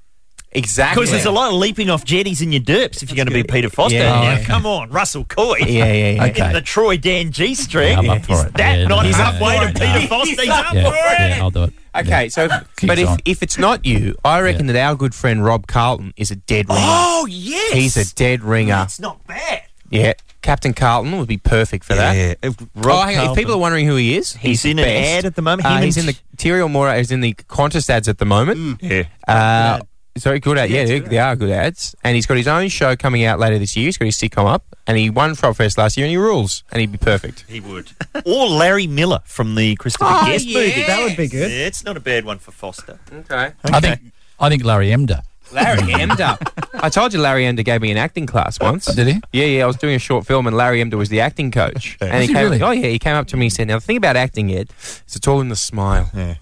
B: Exactly.
A: Because there's a lot of leaping off jetties in your derps if you're going to be Peter Foster.
B: Yeah,
A: Now,
B: yeah.
A: Come on, Russell Coy.
B: Yeah, yeah, yeah.
A: In
B: Okay.
A: the Troy Dan G string.
B: Yeah, I'm up for
A: Is
B: it.
A: that
B: Yeah,
A: not
B: no, no,
A: halfway
B: no,
A: to
B: no.
A: Peter Foster? He's up for it.
B: I'll do it. Okay, so but if,
A: on.
B: if it's not you, I reckon that our good friend Rob Carlton is a dead ringer.
A: Oh, yes.
B: he's a dead ringer. It's
A: not bad.
B: Yeah, Captain Carlton would be perfect for that.
A: Yeah,
B: If,
A: Rob
B: oh, hang on, if
A: Carlton-
B: people are wondering who he is,
A: He's
B: he's,
A: in
B: the
A: an
B: best.
A: ad at the moment. Him
B: Uh,
A: and Mm.
B: he's in the Tyrion Mora is in the contest ads at the moment.
A: Yeah.
B: Uh, Sorry, good ad. Yeah, they, they are good ads. And he's got his own show coming out later this year. He's got his sitcom up, and he won Frog Fest last year, and he rules, and he'd be perfect.
A: [LAUGHS] He would. or Larry Miller from the Christopher
B: Oh,
A: Guest movie.
B: yes. That would be good.
A: Yeah, it's not a bad one for Foster.
B: Okay.
T: I think I think Larry Emder. [LAUGHS]
B: Larry Emder. I told you Larry Emder gave me an acting class once.
T: Did he?
B: Yeah, yeah. I was doing a short film and Larry Emder was the acting coach. and
T: Was he
B: came
T: really?
B: oh yeah, he came up to me and said, Now the thing about acting, Ed, is it's all in the smile. Yeah.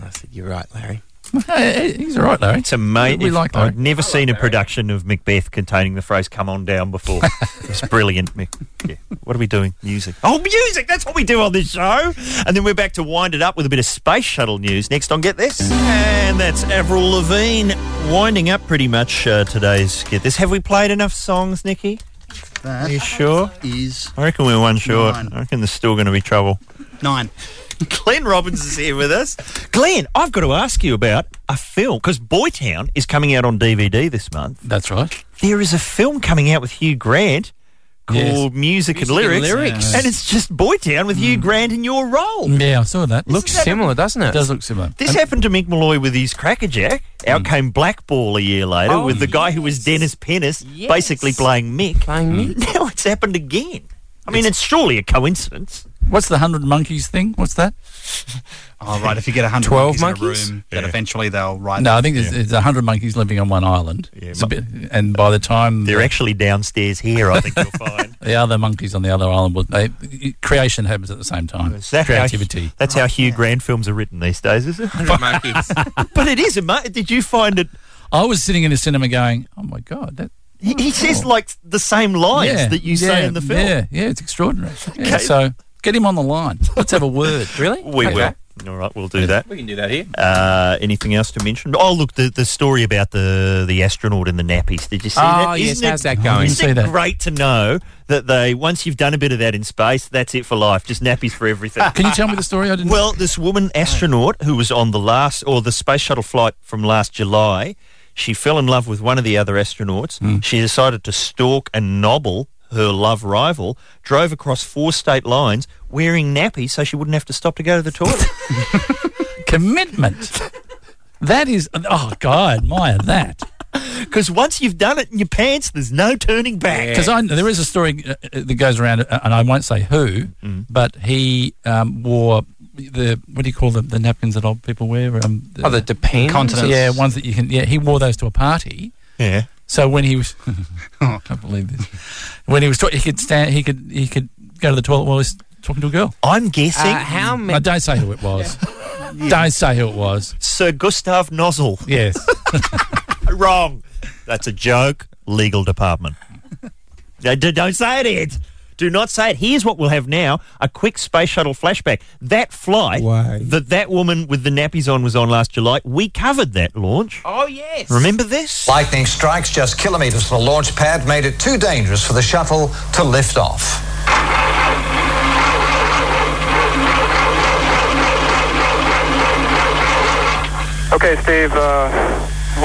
B: I said, You're right, Larry.
T: He's all right, Larry.
A: It's amazing.
T: We like Larry.
A: I've never seen a production of Macbeth containing the phrase "Come on down" before. [LAUGHS] it's brilliant. Mick. Yeah. What are we doing? Music. Oh, music! That's what we do on this show. And then we're back to wind it up with a bit of space shuttle news next on Get This, and that's Avril Lavigne winding up pretty much uh, today's Get This. Have we played enough songs, Nikki?
J: That
A: Are you sure?
J: is
A: I reckon we're one short.
J: Nine.
A: I reckon there's still going to be trouble.
J: nine.
A: [LAUGHS] Glenn Robbins is here with us. Glenn, I've got to ask you about a film because Boytown is coming out on DVD this month.
T: That's right.
A: There is a film coming out with Hugh Grant called
T: Yes.
A: Music, and
T: Music and
A: Lyrics,
T: Lyrics. Mm.
A: and it's just Boytown with Hugh Grant in your role.
T: Yeah, I saw that.
A: Looks Isn't that- similar,
B: doesn't
T: It does look similar.
A: This happened to Mick Malloy with his Crackerjack. Out came Blackball a year later
T: Mm. Oh,
A: with the guy who was Dennis Pennis basically playing Mick.
B: Playing
A: Mick. Now it's happened again. I mean, it's surely a coincidence.
T: What's the hundred monkeys thing? What's that?
J: Oh, right. If you get 100
T: 12
J: monkeys
T: monkeys?
J: in a room, that eventually they'll write.
T: No, I think there's, there's 100 monkeys living on one island. It's a bit, and by the time
A: they're actually downstairs here, I think
T: [LAUGHS]
A: you'll find
T: the other monkeys on the other island. Will, they, creation happens at the same time.
A: Is that how-
T: Creativity.
A: that's how Hugh Grant films are written these
T: [LAUGHS]
A: days, is it? but it is. ama- Did you find it?
T: I was sitting in a cinema going, "Oh my god, that
A: He, he says like the same lines
T: Oh. yeah,
A: that you say
T: yeah,
A: in the film.
T: Yeah, yeah, it's extraordinary. Yeah,
A: Okay.
T: So get him on the line. Let's have a word. really?
A: [LAUGHS] We
T: Okay.
A: will. All right, we'll do that.
B: We can do that here.
A: Uh, anything else to mention? Oh, look, the, the story about the, the astronaut in the nappies. Did you see that?
B: Oh, yes,
A: Isn't it-
B: how's that going?
A: Isn't
B: I
A: it
B: didn't see that.
A: great to know that they, once you've done a bit of that in space, that's it for life, just nappies for
B: [LAUGHS]
A: everything.
T: Can you tell me the story? I didn't.
A: Well, this woman astronaut who was on the last or the space shuttle flight from last July, she fell in love with one of the other astronauts.
B: Hmm.
A: She decided to stalk and nobble her love rival, drove across four state lines wearing nappies so she wouldn't have to stop to go to the toilet.
T: commitment. That is. Oh God, I admire that.
A: Because once you've done it in your pants, there's no turning back.
T: Because I there is a story uh, uh, that goes around, uh, and I won't say who,
A: Mm.
T: but he um, wore the what do you call them the napkins that old people wear? Um,
B: [LAUGHS] Oh, the depends?
T: Continents. Yeah, ones that you can. Yeah, he wore those to a party.
A: Yeah.
T: So when he was, [LAUGHS]
A: Oh.
T: I can't believe this. When he was, talking, he could stand. He could. He could go to the toilet while he's talking to a girl.
A: I'm guessing.
B: Uh, how
T: I
B: many?
T: don't say who it was. Don't say who it was.
A: Sir Gustav Nozzle. [LAUGHS]
T: [LAUGHS] Yes.
A: Wrong. That's a joke. Legal department. [LAUGHS] No, d- Don't say it, Ed. Do not say it. Here's what we'll have now: a quick space shuttle flashback. That flight
B: Why?
A: that that woman with the nappies on was on last July. We covered that launch.
B: Oh yes.
A: Remember this?
F: Lightning strikes just kilometres from the launch pad made it too dangerous for the shuttle to lift off.
U: Okay, Steve, uh,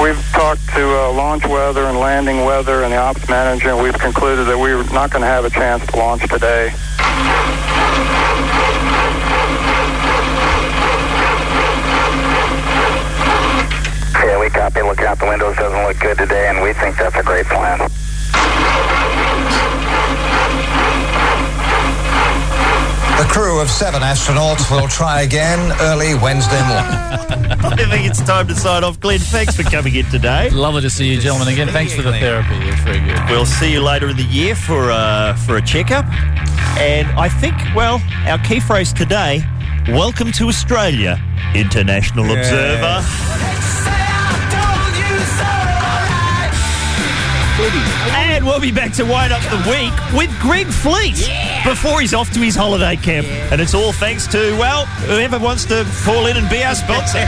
U: we've talked to uh, launch weather and landing weather and the ops manager, and we've concluded that we're not going to have a chance to launch today.
I: Yeah, we copy. Look out the windows. Doesn't look good today, and we think that's a great plan.
F: The crew of seven astronauts will try again early Wednesday morning.
A: I think it's time to sign off, Glenn. Thanks for coming in today.
T: Lovely to see you, gentlemen. Again, thanks for the therapy. It's very good.
A: We'll see you later in the year for uh, for a checkup. And I think, well, our key phrase today: "Welcome to Australia, International Observer." And we'll be back to wind up the week with Greg Fleet before he's off to his holiday camp. And it's all thanks to, well, whoever wants to call in and be our sponsor.